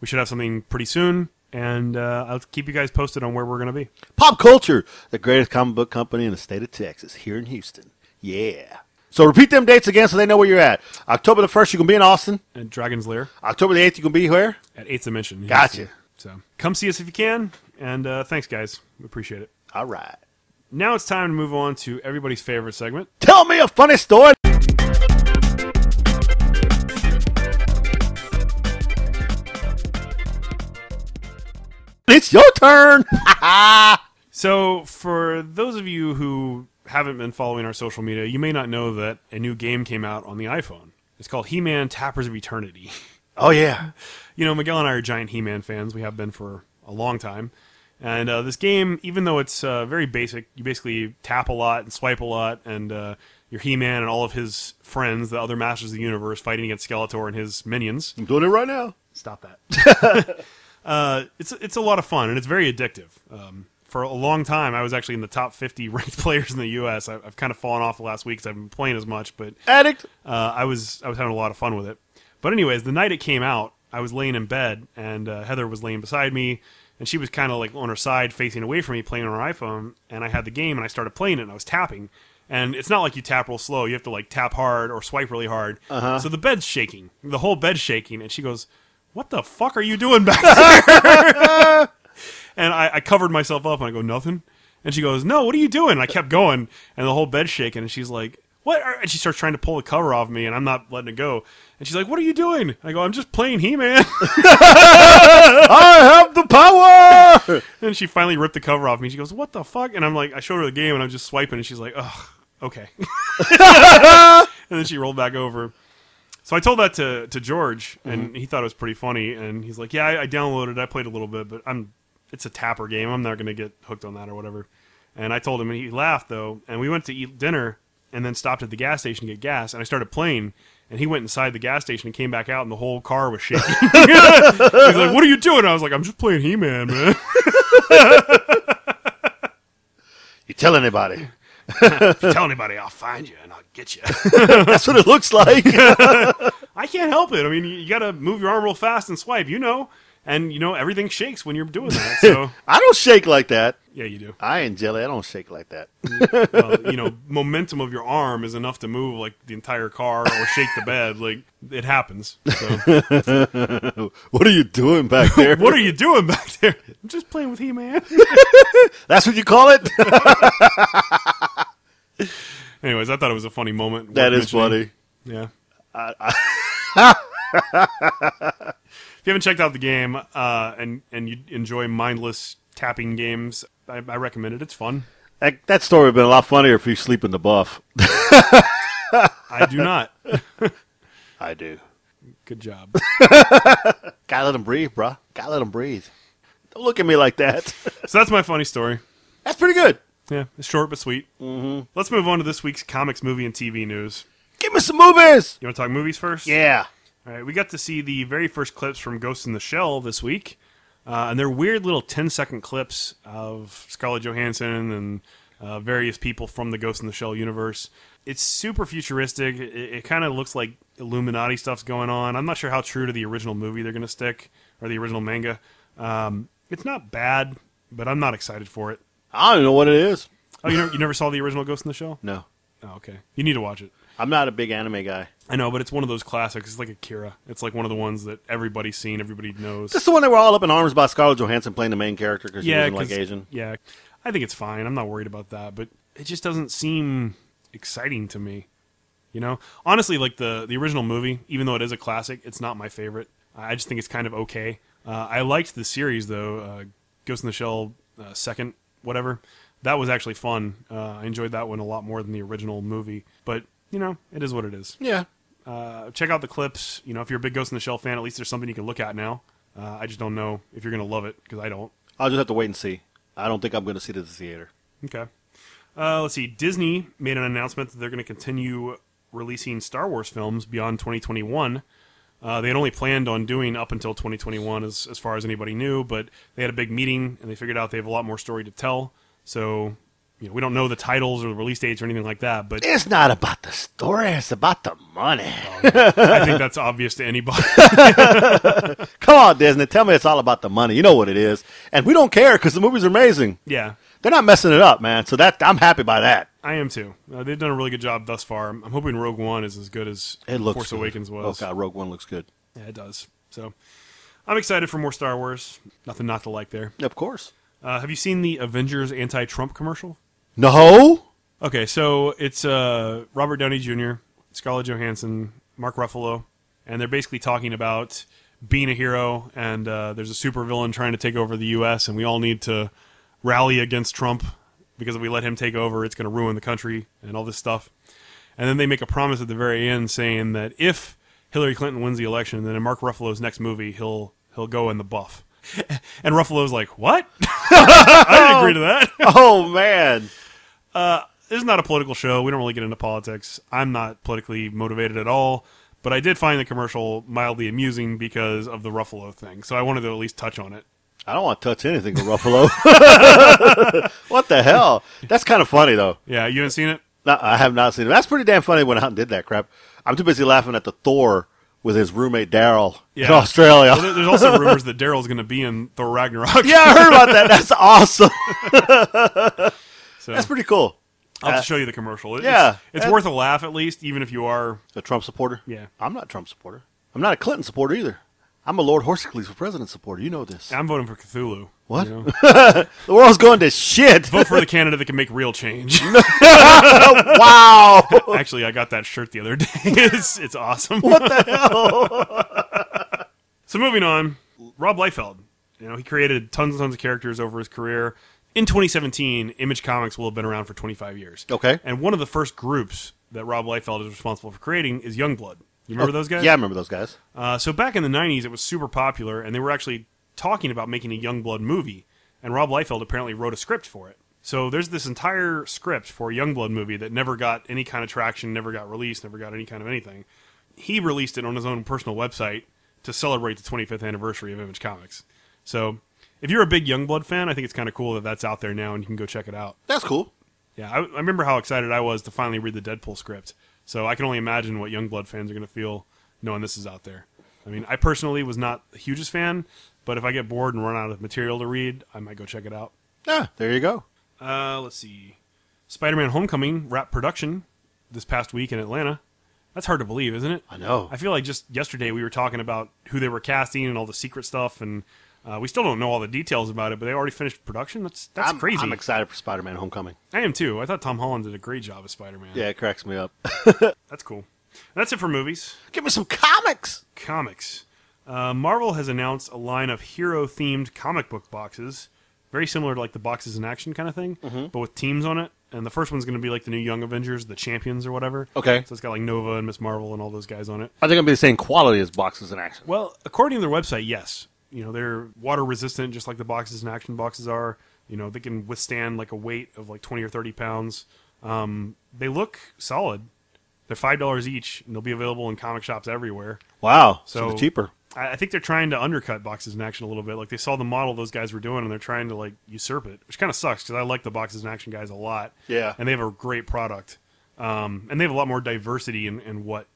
[SPEAKER 2] we should have something pretty soon. And uh, I'll keep you guys posted on where we're going to be.
[SPEAKER 1] Pop Culture, the greatest comic book company in the state of Texas, here in Houston. Yeah. So repeat them dates again so they know where you're at. October the 1st, you can be in Austin.
[SPEAKER 2] At Dragon's Lair.
[SPEAKER 1] October the 8th, you can be where?
[SPEAKER 2] at Eighth Dimension.
[SPEAKER 1] Gotcha.
[SPEAKER 2] So come see us if you can, and uh, thanks, guys. We appreciate it.
[SPEAKER 1] All right.
[SPEAKER 2] Now it's time to move on to everybody's favorite segment.
[SPEAKER 1] Tell me a funny story. It's your turn.
[SPEAKER 2] So, for those of you who haven't been following our social media, you may not know that a new game came out on the iPhone. It's called He Man Tappers of Eternity.
[SPEAKER 1] oh, yeah.
[SPEAKER 2] you know, Miguel and I are giant He-Man fans. We have been for a long time. And uh, this game, even though it's uh, very basic, you basically tap a lot and swipe a lot, and uh, you're He-Man and all of his friends, the other Masters of the Universe, fighting against Skeletor and his minions.
[SPEAKER 1] I'm doing it right now.
[SPEAKER 2] Stop that. uh, it's it's a lot of fun and it's very addictive. Um, for a long time, I was actually in the top 50 ranked players in the U.S. I, I've kind of fallen off the last week because I haven't been playing as much, but
[SPEAKER 1] Addict.
[SPEAKER 2] uh, I was I was having a lot of fun with it. But anyways, the night it came out, I was laying in bed, and uh, Heather was laying beside me, and she was kind of like on her side, facing away from me, playing on her iPhone. And I had the game, and I started playing it, and I was tapping. And it's not like you tap real slow; you have to like tap hard or swipe really hard. Uh-huh. So the bed's shaking, the whole bed's shaking, and she goes, "What the fuck are you doing back there?" and I, I covered myself up and I go nothing. And she goes, "No, what are you doing?" And I kept going, and the whole bed's shaking. And she's like, "What?" are-" And she starts trying to pull the cover off me, and I'm not letting it go. And she's like, "What are you doing?" And I go, "I'm just playing He-Man."
[SPEAKER 1] I have the power.
[SPEAKER 2] and she finally ripped the cover off me. She goes, "What the fuck?" And I'm like, I showed her the game, and I'm just swiping, and she's like, "Ugh, okay." and then she rolled back over. So I told that to to George, and he thought it was pretty funny. And he's like, "Yeah, I, I downloaded, it. I played a little bit, but I'm it's a tapper game. I'm not going to get hooked on that or whatever. And I told him, and he laughed though. And we went to eat dinner, and then stopped at the gas station to get gas. And I started playing, and he went inside the gas station and came back out, and the whole car was shaking. He's like, "What are you doing?" I was like, "I'm just playing He-Man, man."
[SPEAKER 1] You tell anybody.
[SPEAKER 2] If you tell anybody, I'll find you and I'll get you.
[SPEAKER 1] That's what it looks like.
[SPEAKER 2] I can't help it. I mean, you, you got to move your arm real fast and swipe, you know. And you know everything shakes when you're doing that. So
[SPEAKER 1] I don't shake like that.
[SPEAKER 2] yeah, you do.
[SPEAKER 1] I ain't jelly. I don't shake like that.
[SPEAKER 2] Well, you know, momentum of your arm is enough to move like the entire car or shake the bed. Like it happens. So.
[SPEAKER 1] What are you doing back there?
[SPEAKER 2] what are you doing back there? I'm just playing with He-Man.
[SPEAKER 1] That's what you call it?
[SPEAKER 2] Anyways, I thought it was a funny moment.
[SPEAKER 1] that
[SPEAKER 2] worth
[SPEAKER 1] is
[SPEAKER 2] mentioning.
[SPEAKER 1] funny.
[SPEAKER 2] Yeah. if you haven't checked out the game uh, and and you enjoy mindless tapping games, I, I recommend it. It's fun.
[SPEAKER 1] That, that story would have been a lot funnier if you sleep in the buff.
[SPEAKER 2] I do not.
[SPEAKER 1] I do.
[SPEAKER 2] Good job.
[SPEAKER 1] Gotta let him breathe, bruh. Gotta let him breathe. Don't look at me like that.
[SPEAKER 2] So that's my funny story.
[SPEAKER 1] That's pretty good.
[SPEAKER 2] Yeah, it's short but sweet. Mm-hmm. Let's move on to this week's comics, movie, and TV news.
[SPEAKER 1] Give me some movies.
[SPEAKER 2] You want to talk movies first?
[SPEAKER 1] Yeah.
[SPEAKER 2] All right, we got to see the very first clips from Ghost in the Shell this week. Uh, and they're weird little 10 second clips of Scarlett Johansson and uh, various people from the Ghost in the Shell universe. It's super futuristic. It, it kind of looks like Illuminati stuff's going on. I'm not sure how true to the original movie they're going to stick or the original manga. Um, it's not bad, but I'm not excited for it.
[SPEAKER 1] I don't even know what it is.
[SPEAKER 2] Oh, you, never, you never saw the original Ghost in the Shell?
[SPEAKER 1] No.
[SPEAKER 2] Oh, okay. You need to watch it.
[SPEAKER 1] I'm not a big anime guy.
[SPEAKER 2] I know, but it's one of those classics. It's like Akira. It's like one of the ones that everybody's seen, everybody knows.
[SPEAKER 1] This is the one they were all up in arms about Scarlett Johansson playing the main character because she wasn't like
[SPEAKER 2] 'cause-
[SPEAKER 1] Asian.
[SPEAKER 2] Yeah, I think it's fine. I'm not worried about that, but it just doesn't seem exciting to me. You know, honestly, like the the original movie, even though it is a classic, it's not my favorite. I I just think it's kind of okay. Uh, I liked the series though, uh, Ghost in the Shell uh, second, whatever. That was actually fun. Uh, I enjoyed that one a lot more than the original movie. But you know, it is what it is
[SPEAKER 1] Yeah.
[SPEAKER 2] uh, check out the clips. You know, if you're a big Ghost in the Shell fan, at least there's something you can look at now. Uh, I just don't know if you're going to love it because I don't.
[SPEAKER 1] I'll just have to wait and see. I don't think I'm going to see it at the theater.
[SPEAKER 2] Okay. Uh, let's see. Disney made an announcement that they're going to continue releasing Star Wars films beyond 2021. Uh, they had only planned on doing up until 2021, as as far as anybody knew. But they had a big meeting and they figured out they have a lot more story to tell. So, you know, we don't know the titles or the release dates or anything like that. But
[SPEAKER 1] It's not about the story. It's about the money.
[SPEAKER 2] I think that's obvious to anybody.
[SPEAKER 1] Come on, Disney. Tell me it's all about the money. You know what it is. And we don't care because the movies are amazing.
[SPEAKER 2] yeah.
[SPEAKER 1] They're not messing it up, man. So that I'm happy by that.
[SPEAKER 2] I am too. Uh, they've done a really good job thus far. I'm, I'm hoping Rogue One is as good as
[SPEAKER 1] It looks
[SPEAKER 2] Force
[SPEAKER 1] good.
[SPEAKER 2] Awakens was.
[SPEAKER 1] Oh god, Rogue One looks good.
[SPEAKER 2] Yeah, it does. So I'm excited for more Star Wars. Nothing not to like there.
[SPEAKER 1] Of course.
[SPEAKER 2] Uh, have you seen the Avengers anti-Trump commercial?
[SPEAKER 1] No.
[SPEAKER 2] Okay, so it's uh, Robert Downey Jr., Scarlett Johansson, Mark Ruffalo, and they're basically talking about being a hero. And uh, there's a supervillain trying to take over the U.S., and we all need to rally against Trump because if we let him take over, it's going to ruin the country and all this stuff. And then they make a promise at the very end saying that if Hillary Clinton wins the election, then in Mark Ruffalo's next movie, he'll he'll go in the buff. And Ruffalo's like, "What? I didn't agree to that."
[SPEAKER 1] Oh man.
[SPEAKER 2] this is not a political show. We don't really get into politics. I'm not politically motivated at all, but I did find the commercial mildly amusing because of the Ruffalo thing. So I wanted to at least touch on it.
[SPEAKER 1] I don't want to touch anything with Ruffalo. what the hell? That's kind of funny though.
[SPEAKER 2] Yeah, you haven't seen it?
[SPEAKER 1] No, I have not seen it. That's pretty damn funny when I did that crap. I'm too busy laughing at the Thor with his roommate Daryl in
[SPEAKER 2] Yeah.
[SPEAKER 1] Australia.
[SPEAKER 2] Well, there- there's also rumors that Daryl's going to be in Thor Ragnarok.
[SPEAKER 1] yeah, I heard about that. That's awesome.
[SPEAKER 2] so
[SPEAKER 1] That's pretty cool.
[SPEAKER 2] I'll have to show you the commercial. It-
[SPEAKER 1] yeah.
[SPEAKER 2] it's, it's worth a laugh at least, even if you are.
[SPEAKER 1] A Trump supporter?
[SPEAKER 2] Yeah.
[SPEAKER 1] I'm not a Trump supporter. I'm not a Clinton supporter either. I'm a Lord Horsicles for president supporter. You know this.
[SPEAKER 2] I'm voting for Cthulhu.
[SPEAKER 1] What?
[SPEAKER 2] you know?
[SPEAKER 1] The world's going to shit.
[SPEAKER 2] Vote for the candidate that can make real change.
[SPEAKER 1] wow.
[SPEAKER 2] Actually, I got that shirt the other day. it's, it's awesome.
[SPEAKER 1] what the hell?
[SPEAKER 2] So moving on, Rob Liefeld. You know, he created tons and tons of characters over his career. In 2017, Image Comics will have been around for 25 years.
[SPEAKER 1] Okay.
[SPEAKER 2] And one of the first groups that Rob Liefeld is responsible for creating is Youngblood. You remember those guys?
[SPEAKER 1] Yeah, I remember those guys.
[SPEAKER 2] Uh, so back in the 90s, it was super popular, and they were actually talking about making a Youngblood movie. and Rob Liefeld apparently wrote a script for it. So there's this entire script for a Youngblood movie that never got any kind of traction, never got released, never got any kind of anything. He released it on his own personal website to celebrate the 25th anniversary of Image Comics. So if you're a big Youngblood fan, I think it's kind of cool that that's out there now and you can go check it out.
[SPEAKER 1] That's cool.
[SPEAKER 2] Yeah, I, I remember how excited I was to finally read the Deadpool script. So I can only imagine what Youngblood fans are going to feel knowing this is out there. I mean, I personally was not the hugest fan, but if I get bored and run out of material to read, I might go check it out.
[SPEAKER 1] Yeah, Ah, there you go.
[SPEAKER 2] Uh, let's see. Spider Man Homecoming wrapped production this past week in Atlanta. That's hard to believe, isn't it?
[SPEAKER 1] I know.
[SPEAKER 2] I feel like just yesterday we were talking about who they were casting and all the secret stuff, and uh, we still don't know all the details about it, but they already finished production? That's, that's
[SPEAKER 1] I'm,
[SPEAKER 2] crazy.
[SPEAKER 1] I'm excited for Spider-Man: Homecoming.
[SPEAKER 2] I am too. I thought Tom Holland did a great job as Spider Man.
[SPEAKER 1] Yeah, it cracks me up.
[SPEAKER 2] That's cool. That's it for movies.
[SPEAKER 1] Give me some comics.
[SPEAKER 2] Comics. Uh, Marvel has announced a line of hero themed comic book boxes, very similar to like the boxes in action kind of thing, but with teams on it. And the first one's going to be like the new Young Avengers, the Champions or whatever.
[SPEAKER 1] Okay.
[SPEAKER 2] So it's got like Nova and Miss Marvel and all those guys on it.
[SPEAKER 1] I think I'm be the same quality as boxes in action.
[SPEAKER 2] Well, according to their website, yes. You know, they're water resistant, just like the boxes and action boxes are. You know, they can withstand like a weight of like 20 or 30 pounds. Um, they look solid. They're $5 each, and they'll be available in comic shops everywhere.
[SPEAKER 1] Wow,
[SPEAKER 2] So-
[SPEAKER 1] so the cheaper.
[SPEAKER 2] I, I think they're trying to undercut boxes in action a little bit. Like they saw the model those guys were doing, and they're trying to like usurp it, which kind of sucks because I like the boxes in action guys a lot.
[SPEAKER 1] Yeah.
[SPEAKER 2] and they have a great product, um, and they have a lot more diversity in, in what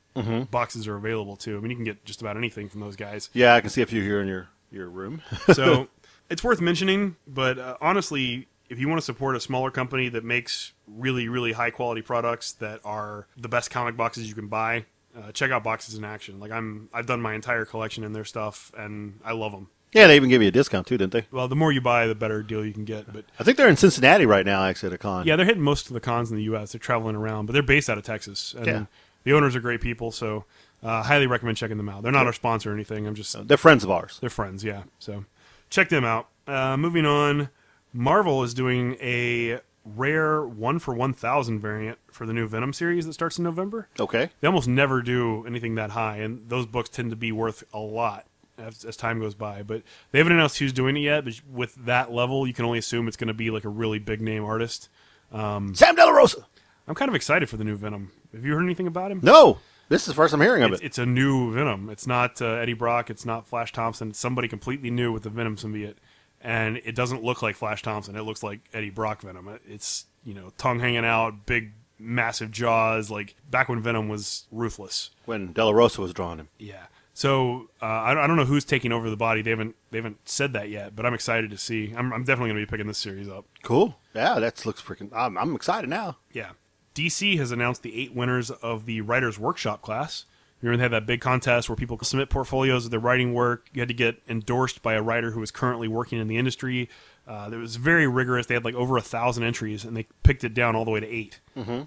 [SPEAKER 2] boxes are available to. I mean, you can get just about anything from those guys.
[SPEAKER 1] Yeah, I can see a few here in your your room.
[SPEAKER 2] So it's worth mentioning, but uh, honestly, if you want to support a smaller company that makes really, really high quality products that are the best comic boxes you can buy, uh, check out Boxes in Action. Like I'm, I've done my entire collection in their stuff, and I love them.
[SPEAKER 1] yeah, they even gave you a discount too, didn't they?
[SPEAKER 2] Well, the more you buy, the better deal you can get. But
[SPEAKER 1] I think they're in Cincinnati right now, actually, at a con.
[SPEAKER 2] yeah, they're hitting most of the cons in the U.S. They're traveling around, but they're based out of Texas, and
[SPEAKER 1] Yeah.
[SPEAKER 2] the owners are great people. So, uh, highly recommend checking them out. They're not our sponsor or anything. I'm just
[SPEAKER 1] they're friends of ours.
[SPEAKER 2] They're friends, yeah. So check them out. Uh, moving on, Marvel is doing a rare one for one thousand variant for the new Venom series that starts in November.
[SPEAKER 1] Okay,
[SPEAKER 2] They almost never do anything that high, and those books tend to be worth a lot as, as time goes by. But they haven't announced who's doing it yet. But with that level, you can only assume it's going to be like a really big name artist.
[SPEAKER 1] Sam De La Rosa.
[SPEAKER 2] I'm kind of excited for the new Venom. Have you heard anything about him?
[SPEAKER 1] No, this is the first I'm hearing of
[SPEAKER 2] It's,
[SPEAKER 1] it.
[SPEAKER 2] it's a new Venom. It's not uh, Eddie Brock. It's not Flash Thompson. It's somebody completely new with the Venom symbiote, and it doesn't look like Flash Thompson. It looks like Eddie Brock Venom. It- It's you know tongue hanging out, big massive jaws, like back when Venom was ruthless.
[SPEAKER 1] When De La Rosa was drawing him,
[SPEAKER 2] Yeah. So uh, I, don't- I don't know who's taking over the body. They haven't they haven't said that yet, but I'm excited to see. I'm, I'm definitely going to be picking this series up.
[SPEAKER 1] cool. Yeah, that looks freaking. I'm, I'm excited now.
[SPEAKER 2] Yeah. DC has announced the eight winners of the Writers Workshop class. You remember they had that big contest where people could submit portfolios of their writing work. You had to get endorsed by a writer who was currently working in the industry. Uh, it was very rigorous. They had like over a thousand entries, and they picked it down all the way to 8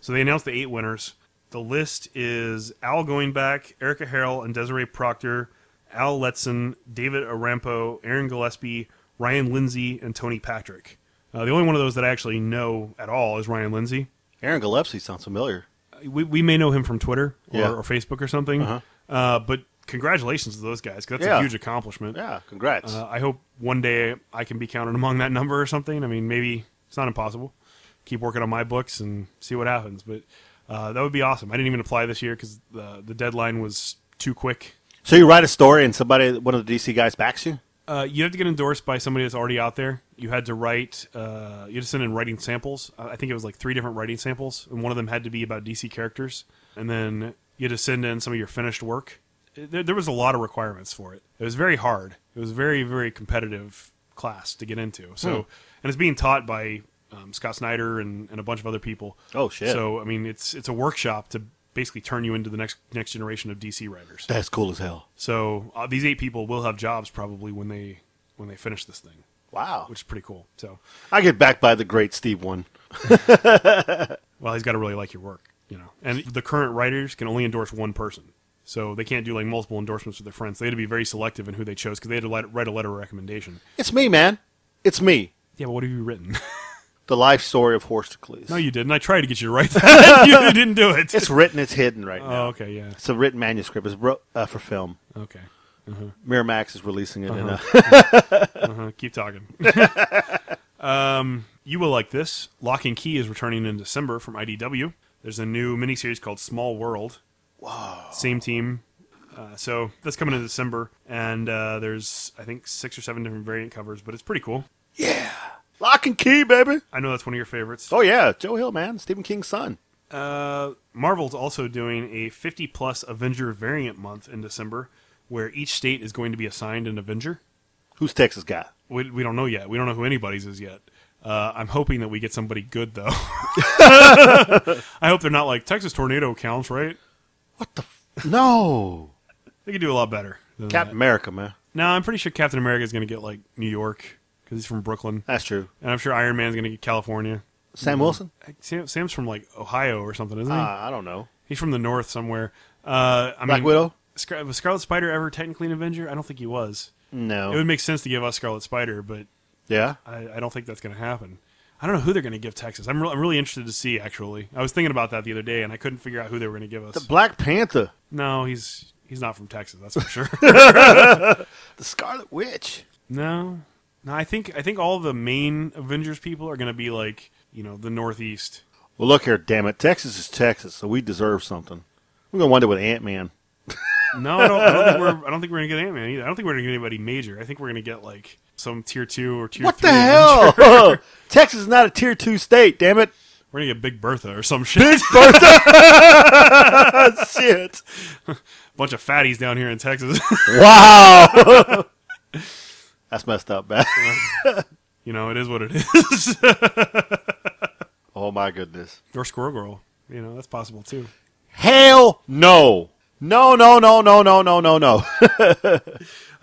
[SPEAKER 2] So they announced the eight winners. The list is Al Goingback, Erica Harrell, and Desiree Proctor, Al Letson, David Arampo, Aaron Gillespie, Ryan Lindsay, and Tony Patrick. Uh, the only one of those that I actually know at all is Ryan Lindsay
[SPEAKER 1] Aaron Gillespie sounds familiar.
[SPEAKER 2] we, we may know him from Twitter or,
[SPEAKER 1] Yeah. Uh-huh.
[SPEAKER 2] or Facebook or something. uh but congratulations to those guys 'cause that's a
[SPEAKER 1] Yeah.
[SPEAKER 2] huge accomplishment.
[SPEAKER 1] Yeah, congrats.
[SPEAKER 2] Uh, I hope one day I can be counted among that number or something. I mean, maybe it's not impossible. Keep working on my books and see what happens. But uh, that would be awesome. I didn't even apply this year because the the deadline was too quick.
[SPEAKER 1] so you write a story and somebody, one of the DC guys, backs you.
[SPEAKER 2] Uh, you have to get endorsed by somebody that's already out there. You had to write. Uh, you had to send in writing samples. Uh, I think it was like three different writing samples, and one of them had to be about DC characters. And then you had to send in some of your finished work. There, there was a lot of requirements for it. It was very hard. It was very very competitive class to get into.
[SPEAKER 1] Hmm.
[SPEAKER 2] So, and it's being taught by um, Scott Snyder and, and a bunch of other people.
[SPEAKER 1] Oh, shit.
[SPEAKER 2] So I mean, it's it's a workshop to basically turn you into the next next generation of DC writers.
[SPEAKER 1] That's cool as hell.
[SPEAKER 2] So uh, these eight people will have jobs probably when they when they finish this thing,
[SPEAKER 1] Wow.
[SPEAKER 2] which is pretty cool. So,
[SPEAKER 1] I get backed by the great Steve one.
[SPEAKER 2] well, he's got to really like your work, you know. And the current writers can only endorse one person, so they can't do like multiple endorsements with their friends. They had to be very selective in who they chose because they had to let, write a letter of recommendation.
[SPEAKER 1] It's me, man. It's me.
[SPEAKER 2] Yeah, but what have you written?
[SPEAKER 1] The life story of Horstocles.
[SPEAKER 2] no, you didn't. I tried to get you to write that. you didn't do it.
[SPEAKER 1] it's written. It's hidden right now.
[SPEAKER 2] oh, okay, yeah,
[SPEAKER 1] It's a written manuscript. It's bro- uh, for uh, film.
[SPEAKER 2] okay.
[SPEAKER 1] Miramax is releasing it. And, uh,
[SPEAKER 2] Uh-huh, keep talking. um, you will like this. Lock and Key is returning in December from IDW. There's a new miniseries called Small World. Wow. Same team. Uh, so that's coming in December, and uh, there's I think six or seven different variant covers, but it's pretty cool.
[SPEAKER 1] Lock and key, baby.
[SPEAKER 2] I know that's one of your favorites.
[SPEAKER 1] Oh yeah, Joe Hill, man, Stephen King's son.
[SPEAKER 2] Uh, Marvel's also doing a 50 plus Avenger variant month in December, where each state is going to be assigned an Avenger.
[SPEAKER 1] Who's Texas guy?
[SPEAKER 2] We, we don't know yet. We don't know who anybody's is yet. Uh, I'm hoping that we get somebody good though. I hope they're not like Texas tornado counts, right?
[SPEAKER 1] What the? F- no,
[SPEAKER 2] They could do a lot better. than
[SPEAKER 1] Captain
[SPEAKER 2] that.
[SPEAKER 1] America, man.
[SPEAKER 2] No, I'm pretty sure Captain America is going to get like New York because he's from Brooklyn,
[SPEAKER 1] That's true.
[SPEAKER 2] and I'm sure Iron Man's going to get California.
[SPEAKER 1] Sam Wilson?
[SPEAKER 2] Sam, Sam's from like Ohio or something, isn't he?
[SPEAKER 1] Uh, Mm-hmm. I don't know.
[SPEAKER 2] he's from the north somewhere. Uh, I
[SPEAKER 1] Black
[SPEAKER 2] mean,
[SPEAKER 1] Widow?
[SPEAKER 2] Scar- was Scarlet Spider ever technically an Avenger? I don't think he was. It
[SPEAKER 1] No.
[SPEAKER 2] would make sense to give us Scarlet Spider, but
[SPEAKER 1] Yeah.
[SPEAKER 2] I, I don't think that's going to happen. I don't know who they're going to give Texas. I'm, re- I'm really interested to see. Actually, I was thinking about that the other day, and I couldn't figure out who they were going to give us.
[SPEAKER 1] The Black Panther,
[SPEAKER 2] no, he's he's not from Texas. That's for sure.
[SPEAKER 1] the Scarlet Witch.
[SPEAKER 2] no, no. I think I think all the main Avengers people are going to be like you know the Northeast.
[SPEAKER 1] Well, look here, damn it. Texas is Texas, so we deserve something. We're gonna wind up with Ant Man.
[SPEAKER 2] No, I don't, I don't think we're I don't think we're going to get Ant Man either. I don't think we're going to get anybody major. I think we're going to get like some tier two or tier.
[SPEAKER 1] What
[SPEAKER 2] three
[SPEAKER 1] the
[SPEAKER 2] Avenger.
[SPEAKER 1] hell? Texas is not a tier two state. Damn it.
[SPEAKER 2] We're gonna get Big Bertha or some shit.
[SPEAKER 1] Oh, Shit.
[SPEAKER 2] Bunch of fatties down here in Texas.
[SPEAKER 1] Wow. That's messed up, man.
[SPEAKER 2] you know, it is what it is.
[SPEAKER 1] Oh my goodness.
[SPEAKER 2] or Squirrel Girl. You know, that's possible too.
[SPEAKER 1] Hell no. No, no, no, no, no, no, no, no.
[SPEAKER 2] I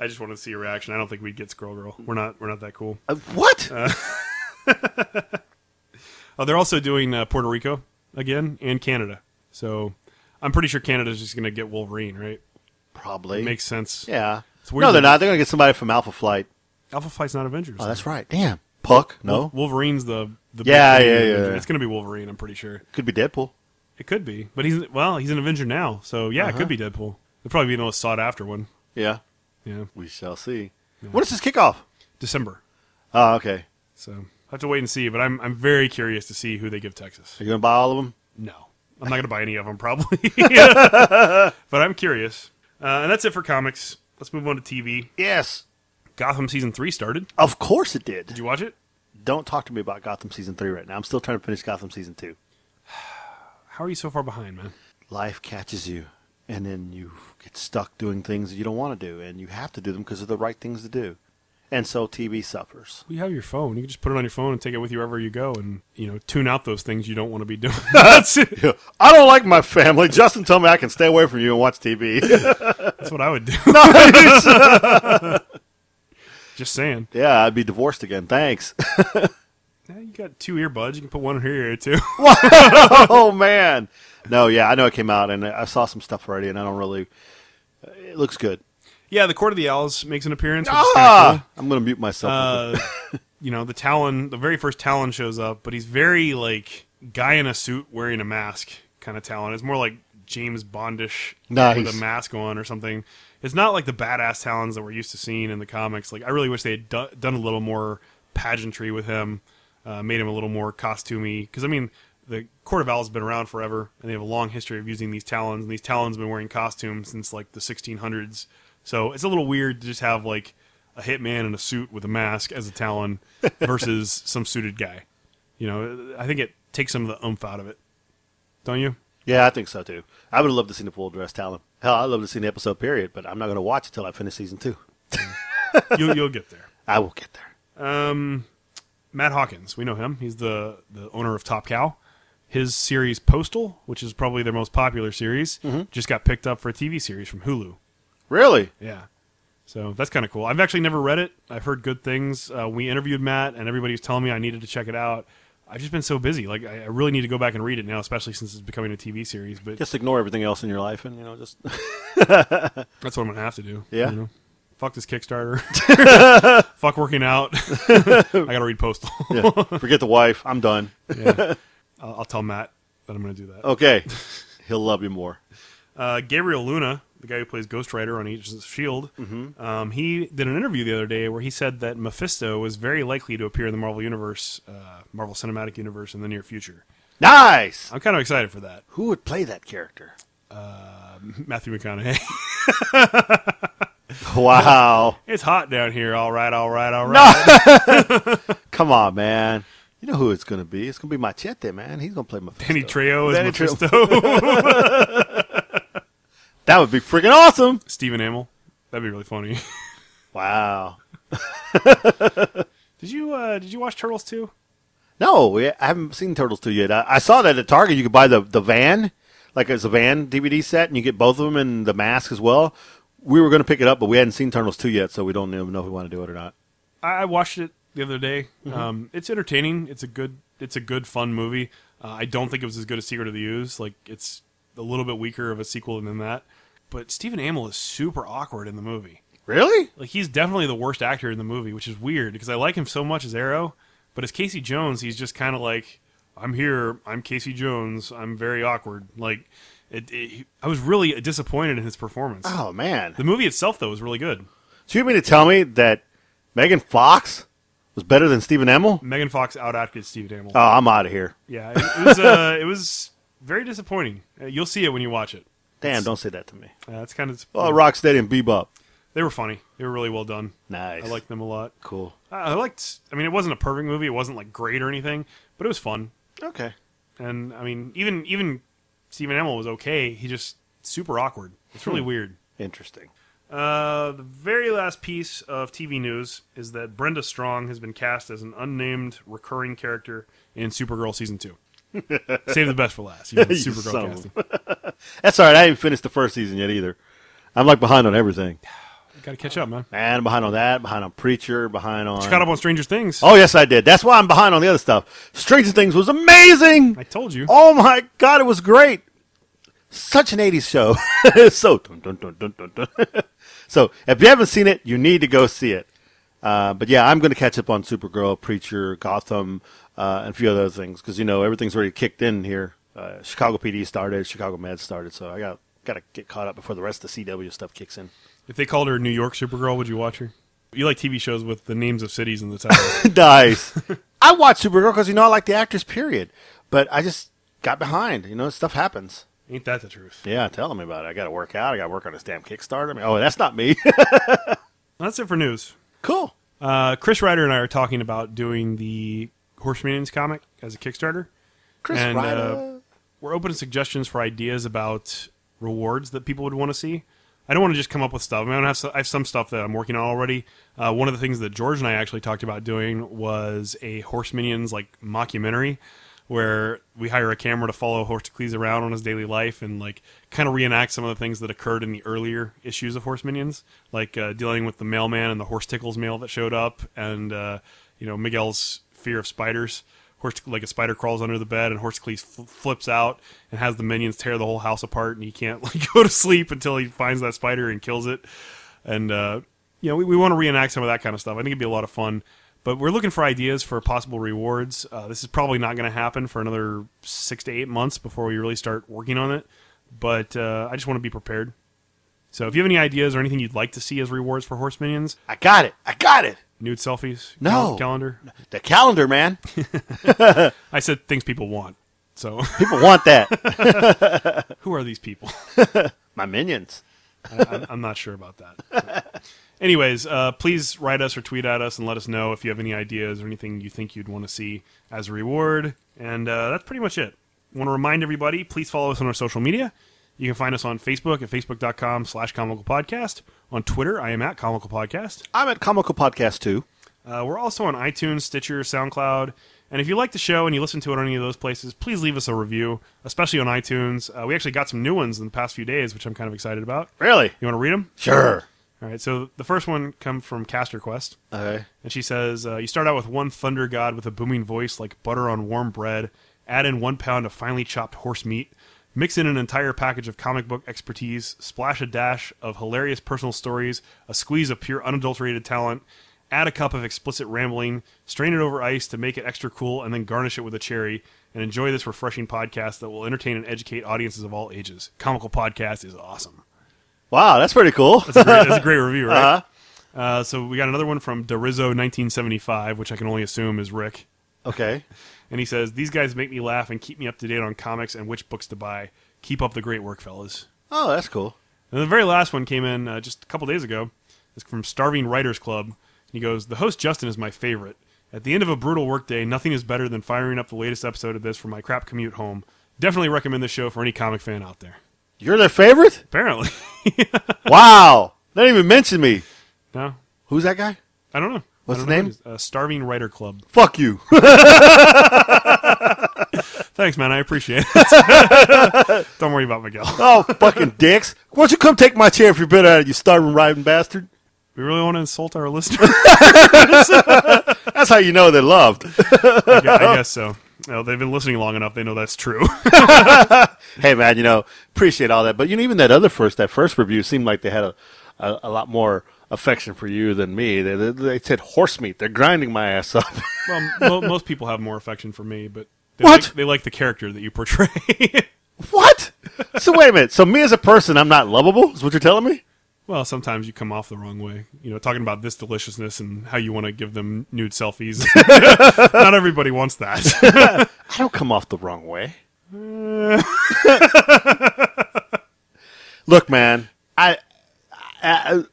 [SPEAKER 2] just wanted to see your reaction. I don't think we'd get Squirrel Girl. We're not. We're not that cool.
[SPEAKER 1] Uh, what?
[SPEAKER 2] Oh, they're also doing uh, Puerto Rico again and Canada. So I'm pretty sure Canada's just gonna get Wolverine. Right?
[SPEAKER 1] Probably.
[SPEAKER 2] Makes sense.
[SPEAKER 1] yeah.
[SPEAKER 2] It's weird
[SPEAKER 1] No, they're
[SPEAKER 2] that-
[SPEAKER 1] not. They're gonna get somebody from Alpha Flight.
[SPEAKER 2] Alpha Fight's not Avengers.
[SPEAKER 1] Oh, that's right. Damn. Puck. No.
[SPEAKER 2] Wolverine's the the big
[SPEAKER 1] Yeah,
[SPEAKER 2] thing in
[SPEAKER 1] yeah,
[SPEAKER 2] Avengers.
[SPEAKER 1] yeah, yeah.
[SPEAKER 2] It's gonna be Wolverine. I'm pretty sure.
[SPEAKER 1] Could be Deadpool.
[SPEAKER 2] It could be, but he's well, he's an Avenger now. So yeah,
[SPEAKER 1] Uh-huh.
[SPEAKER 2] it could be Deadpool. It'd probably be the most sought after one.
[SPEAKER 1] Yeah.
[SPEAKER 2] Yeah,
[SPEAKER 1] We shall see. When does this kickoff?
[SPEAKER 2] December.
[SPEAKER 1] Oh, okay.
[SPEAKER 2] So I have to wait and see, but I'm I'm very curious to see who they give Texas.
[SPEAKER 1] Are you gonna buy all of them?
[SPEAKER 2] No, I'm not going to buy any of them probably, but I'm curious. Uh, and that's it for comics. Let's move on to TV.
[SPEAKER 1] Yes.
[SPEAKER 2] Gotham season three started.
[SPEAKER 1] Of course it
[SPEAKER 2] Did
[SPEAKER 1] did.
[SPEAKER 2] you watch it?
[SPEAKER 1] Don't talk to me about Gotham season three right now. I'm still trying to finish Gotham season two.
[SPEAKER 2] How are you so far behind, man?
[SPEAKER 1] Life catches you, and then you get stuck doing things that you don't want to do, and you have to do them because they're the right things to do. And so TV suffers.
[SPEAKER 2] Well, you have your phone. You can just put it on your phone and take it with you wherever you go, and you know tune out those things you don't want to be doing. that's it.
[SPEAKER 1] I don't like my family. Justin told me I can stay away from you and watch TV.
[SPEAKER 2] That's what I would do. just saying.
[SPEAKER 1] yeah, I'd be divorced again. Thanks.
[SPEAKER 2] Yeah, you got two earbuds. You can put one in her ear too.
[SPEAKER 1] oh man. No, yeah, I know it came out, and I saw some stuff already, and I don't really. It looks good.
[SPEAKER 2] yeah, the Court of the Owls makes an appearance. Which is kinda cool.
[SPEAKER 1] Ah, I'm gonna mute myself.
[SPEAKER 2] uh, you know, the Talon, the very first Talon shows up, but he's very like guy in a suit wearing a mask kind of Talon. It's more like James Bondish with
[SPEAKER 1] Nice.
[SPEAKER 2] a mask on or something. It's not like the badass Talons that we're used to seeing in the comics. Like I really wish they had do- done a little more pageantry with him, uh, made him a little more costumey. Because I mean, the Court of Owls has been around forever, and they have a long history of using these Talons, and these Talons have been wearing costumes since like the 1600s. So it's a little weird to just have like a hitman in a suit with a mask as a Talon versus some suited guy. You know, I think it takes some of the oomph out of it, don't you?
[SPEAKER 1] yeah, I think so too. I would have loved to see the full dress talent. Hell, I'd love to see the episode period, but I'm not gonna watch it till I finish season two.
[SPEAKER 2] You'll, you'll get there.
[SPEAKER 1] I will get there.
[SPEAKER 2] Um, Matt Hawkins, we know him. He's the the owner of Top Cow. His series Postal, which is probably their most popular series,
[SPEAKER 1] Mm-hmm.
[SPEAKER 2] just got picked up for a TV series from Hulu.
[SPEAKER 1] Really?
[SPEAKER 2] Yeah. So that's kind of cool. I've actually never read it. I've heard good things. Uh, we interviewed Matt, and everybody was telling me I needed to check it out. I've just been so busy. Like, I, I really need to go back and read it now, especially since it's becoming a TV series. But
[SPEAKER 1] Just ignore everything else in your life, and you know, just
[SPEAKER 2] that's what I'm going to have to do.
[SPEAKER 1] Yeah.
[SPEAKER 2] you know? Fuck this Kickstarter. Fuck working out. I got to read Postal.
[SPEAKER 1] yeah, forget the wife. I'm done.
[SPEAKER 2] Yeah. I'll, I'll tell Matt that I'm going to do that.
[SPEAKER 1] Okay, he'll love you more.
[SPEAKER 2] Uh, Gabriel Luna the guy who plays Ghost Rider on Agents of Shield, E
[SPEAKER 1] Mm-hmm.
[SPEAKER 2] um, he did an interview the other day where he said that Mephisto was very likely to appear in the Marvel Universe, uh, Marvel Cinematic Universe, in the near future.
[SPEAKER 1] Nice.
[SPEAKER 2] I'm kind of excited for that.
[SPEAKER 1] Who would play that character?
[SPEAKER 2] Matthew McConaughey.
[SPEAKER 1] Wow.
[SPEAKER 2] it's hot down here. All right, all right, all right.
[SPEAKER 1] Come on, man. You know who it's going to be. It's going to be Machete, man. He's going to play Mephisto.
[SPEAKER 2] Danny Trejo is
[SPEAKER 1] Danny Trejo.
[SPEAKER 2] Mephisto.
[SPEAKER 1] that would be freaking awesome.
[SPEAKER 2] Stephen Amell. That'd be really funny.
[SPEAKER 1] Wow.
[SPEAKER 2] Did you uh, did you watch Turtles too?
[SPEAKER 1] No, we, I haven't seen Turtles 2 yet. I, I saw that at Target. You could buy the, the van, like it's a van DVD set, and you get both of them and the mask as well. We were going to pick it up, but we hadn't seen Turtles 2 yet, so we don't even know if we want to do it or not.
[SPEAKER 2] I, I watched it the other day. Um, it's entertaining. It's a good. It's a good fun movie. Uh, I don't think it was as good as Secret of the Ooze. Like it's a little bit weaker of a sequel than that. But Stephen Amell is super awkward in the movie.
[SPEAKER 1] Really?
[SPEAKER 2] Like he's definitely the worst actor in the movie, which is weird because I like him so much as Arrow, but as Casey Jones, he's just kind of like, I'm here, I'm Casey Jones, I'm very awkward. Like, it, it, I was really disappointed in his performance.
[SPEAKER 1] Oh, man.
[SPEAKER 2] The movie itself, though, was really good.
[SPEAKER 1] So you mean to tell me that Megan Fox was better than Stephen Amell?
[SPEAKER 2] Megan Fox out acted Stephen Amell.
[SPEAKER 1] Oh, I'm out of here.
[SPEAKER 2] Yeah, it, it was uh, it was very disappointing. Uh, You'll see it when you watch it.
[SPEAKER 1] Damn, don't say that to me.
[SPEAKER 2] Uh, it's kind of
[SPEAKER 1] Oh, Rocksteady and Bebop.
[SPEAKER 2] they were funny. They were really well done.
[SPEAKER 1] Nice.
[SPEAKER 2] I liked them a lot.
[SPEAKER 1] Cool.
[SPEAKER 2] I, I liked. I mean, it wasn't a perfect movie. It wasn't like great or anything, but it was fun.
[SPEAKER 1] Okay.
[SPEAKER 2] And I mean, even even Stephen Amell was okay. He just super awkward. It's
[SPEAKER 1] Hmm.
[SPEAKER 2] really weird.
[SPEAKER 1] Interesting.
[SPEAKER 2] Uh, the very last piece of TV news is that Brenda Strong has been cast as an unnamed recurring character in Supergirl season two. Save the best for last. You know,
[SPEAKER 1] You
[SPEAKER 2] Supergirl
[SPEAKER 1] son of a-
[SPEAKER 2] casting.
[SPEAKER 1] That's all right. I haven't finished the first season yet either. I'm like behind on everything.
[SPEAKER 2] Got to catch up, man.
[SPEAKER 1] Man, I'm behind on that. Behind on Preacher. Behind on.
[SPEAKER 2] Caught up on Stranger Things.
[SPEAKER 1] Oh yes, I did. That's why I'm behind on the other stuff. Stranger Things was amazing.
[SPEAKER 2] I told you.
[SPEAKER 1] Oh my god, it was great. Such an '80s show. so, dun, dun, dun, dun, dun, dun. so if you haven't seen it, you need to go see it. Uh, but yeah, I'm going to catch up on Supergirl, Preacher, Gotham, uh, and a few other things because you know everything's already kicked in here. Uh, Chicago PD started, Chicago Med started, so I got got to get caught up before the rest of the CW stuff kicks in.
[SPEAKER 2] If they called her New York Supergirl, would you watch her? You like TV shows with the names of cities in the title.
[SPEAKER 1] Nice. I watch Supergirl because you know I like the actress. Period. But I just got behind. You know, stuff happens.
[SPEAKER 2] Ain't that the truth?
[SPEAKER 1] Yeah, tell them about it. I got to work out. I got to work on this damn Kickstarter. I mean, oh, that's not me.
[SPEAKER 2] That's it for news.
[SPEAKER 1] cool.
[SPEAKER 2] Uh, Chris Ryder and I are talking about doing the Horse Minions comic as a Kickstarter.
[SPEAKER 1] Chris
[SPEAKER 2] And,
[SPEAKER 1] Ryder.
[SPEAKER 2] uh, We're open to suggestions for ideas about rewards that people would want to see. I don't want to just come up with stuff. I, mean, I, don't have, so- I have some stuff that I'm working on already. Uh, one of the things that George and I actually talked about doing was a Horse Minions like mockumentary where we hire a camera to follow Hortocles around on his daily life and like kind of reenact some of the things that occurred in the earlier issues of Horse Minions, like uh, dealing with the mailman and the horse tickles mail that showed up, and uh, you know Miguel's fear of spiders. Horse like a spider crawls under the bed and Hortocles fl- flips out and has the minions tear the whole house apart, and he can't like go to sleep until he finds that spider and kills it. And uh, you know we, we want to reenact some of that kind of stuff. I think it'd be a lot of fun. But we're looking for ideas for possible rewards. Uh, this is probably not going to happen for another six to eight months before we really start working on it. But uh, I just want to be prepared. So if you have any ideas or anything you'd like to see as rewards for horse minions,
[SPEAKER 1] I got it. I got it.
[SPEAKER 2] nude selfies,
[SPEAKER 1] No.
[SPEAKER 2] cal- calendar.
[SPEAKER 1] The calendar, man.
[SPEAKER 2] I said things people want. So
[SPEAKER 1] People want that.
[SPEAKER 2] who are these people?
[SPEAKER 1] My minions.
[SPEAKER 2] I, I'm not sure about that. But Anyways, uh, please write us or tweet at us and let us know if you have any ideas or anything you think you'd want to see as a reward. And uh, that's pretty much it. want to remind everybody, please follow us on our social media. You can find us on Facebook at facebook.com slash comical podcast. On Twitter, I am at comical podcast.
[SPEAKER 1] I'm at Comical Podcast too.
[SPEAKER 2] Uh, we're also on iTunes, Stitcher, SoundCloud. And if you like the show and you listen to it on any of those places, please leave us a review, especially on iTunes. Uh, we actually got some new ones in the past few days, which I'm kind of excited about.
[SPEAKER 1] Really?
[SPEAKER 2] You want to read them?
[SPEAKER 1] Sure.
[SPEAKER 2] All right, so the first one come from Caster Quest,
[SPEAKER 1] Okay.
[SPEAKER 2] and she says, uh, "You start out with one thunder god with a booming voice like butter on warm bread. Add in one pound of finely chopped horse meat. Mix in an entire package of comic book expertise. Splash a dash of hilarious personal stories. A squeeze of pure unadulterated talent. Add a cup of explicit rambling. Strain it over ice to make it extra cool, and then garnish it with a cherry." And enjoy this refreshing podcast that will entertain and educate audiences of all ages. Comical Podcast is awesome.
[SPEAKER 1] Wow, that's pretty cool.
[SPEAKER 2] That's a great, that's a great review, right?
[SPEAKER 1] Uh-huh.
[SPEAKER 2] Uh, so we got another one from Derizo 1975, which I can only assume is Rick.
[SPEAKER 1] Okay.
[SPEAKER 2] And he says, These guys make me laugh and keep me up to date on comics and which books to buy. Keep up the great work, fellas.
[SPEAKER 1] Oh, that's cool.
[SPEAKER 2] And the very last one came in uh, just a couple days ago. It's from Starving Writers Club. He goes, The host Justin is my favorite. At the end of a brutal workday, nothing is better than firing up the latest episode of this for my crap commute home. Definitely recommend this show for any comic fan out there.
[SPEAKER 1] You're their favorite?
[SPEAKER 2] Apparently.
[SPEAKER 1] Wow. They didn't even mention me.
[SPEAKER 2] no?
[SPEAKER 1] Who's that guy?
[SPEAKER 2] I don't know.
[SPEAKER 1] What's
[SPEAKER 2] I don't
[SPEAKER 1] the
[SPEAKER 2] know who
[SPEAKER 1] name?
[SPEAKER 2] it is. Uh, Starving Writer Club.
[SPEAKER 1] Fuck you.
[SPEAKER 2] Thanks, man. I appreciate it. Don't worry about Miguel.
[SPEAKER 1] oh, fucking dicks. Why don't you come take my chair if you're bitter at it, you starving riding bastard?
[SPEAKER 2] We really want to insult our listeners.
[SPEAKER 1] That's how you know they're loved.
[SPEAKER 2] I gu- I guess so. Well, they've been listening long enough. They know that's true.
[SPEAKER 1] hey, man, you know, appreciate all that. But you know, even that other first, that first review seemed like they had a, a, a lot more affection for you than me. They, they, they said horse meat. They're grinding my ass up.
[SPEAKER 2] well, mo- most people have more affection for me, but they
[SPEAKER 1] What?
[SPEAKER 2] Like, they like the character that you portray.
[SPEAKER 1] what? So wait a minute. So me as a person, I'm not lovable. Is what you're telling me?
[SPEAKER 2] well, sometimes you come off the wrong way. You know, talking about this deliciousness and how you want to give them nude selfies. Not everybody wants that.
[SPEAKER 1] I don't come off the wrong way. Look, man, I, I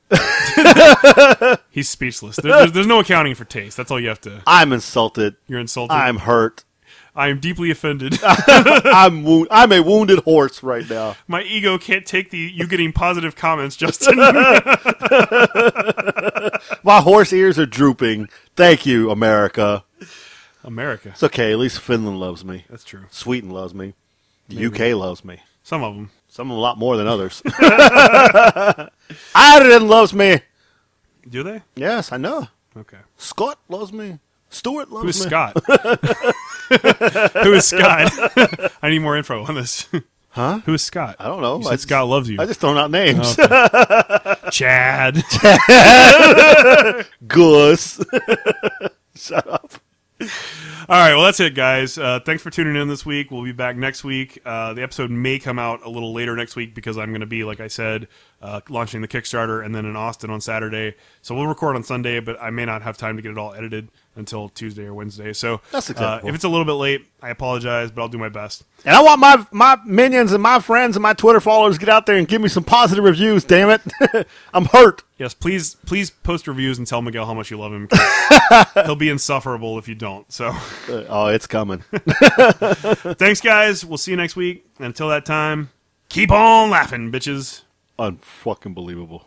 [SPEAKER 2] He's speechless. There, there's, there's no accounting for taste. That's all you have to.
[SPEAKER 1] I'm insulted.
[SPEAKER 2] You're insulted.
[SPEAKER 1] I'm hurt.
[SPEAKER 2] I am deeply offended.
[SPEAKER 1] I'm wound. I'm a wounded horse right now.
[SPEAKER 2] My ego can't take the you getting positive comments, Justin.
[SPEAKER 1] My horse ears are drooping. Thank you, America.
[SPEAKER 2] America.
[SPEAKER 1] It's okay. At least Finland loves me.
[SPEAKER 2] That's true.
[SPEAKER 1] Sweden loves me. The UK loves me.
[SPEAKER 2] Some of them.
[SPEAKER 1] Some a lot more than others. Ireland loves me.
[SPEAKER 2] Do they?
[SPEAKER 1] Yes, I know.
[SPEAKER 2] Okay.
[SPEAKER 1] Scott loves me. Stuart loves
[SPEAKER 2] Who's
[SPEAKER 1] me.
[SPEAKER 2] Scott? Who is Scott? I need more info on this. Huh? Who is Scott?
[SPEAKER 1] I don't know.
[SPEAKER 2] You
[SPEAKER 1] I
[SPEAKER 2] said
[SPEAKER 1] just-
[SPEAKER 2] Scott Oh, loves you.
[SPEAKER 1] I just thrown out names.
[SPEAKER 2] Chad.
[SPEAKER 1] Gus.
[SPEAKER 2] All right. Well, that's it, guys. Uh, thanks for tuning in this week. We'll be back next week. Uh, the episode may come out a little later next week because I'm going to be, like I said, uh, launching the Kickstarter and then in Austin on Saturday. So we'll record on Sunday, but I may not have time to get it all edited until Tuesday or Wednesday. So
[SPEAKER 1] That's
[SPEAKER 2] Uh,
[SPEAKER 1] acceptable.
[SPEAKER 2] if it's a little bit late, I apologize, but I'll do my best.
[SPEAKER 1] And I want my my minions and my friends and my Twitter followers to get out there and give me some positive reviews. Damn it, I'm hurt.
[SPEAKER 2] Yes, please, please post reviews and tell Miguel how much you love him. 'cause He'll be insufferable if you don't. So,
[SPEAKER 1] Uh, oh, it's coming.
[SPEAKER 2] thanks, guys. We'll see you next week. And until that time, keep on laughing, bitches.
[SPEAKER 1] Unfucking believable.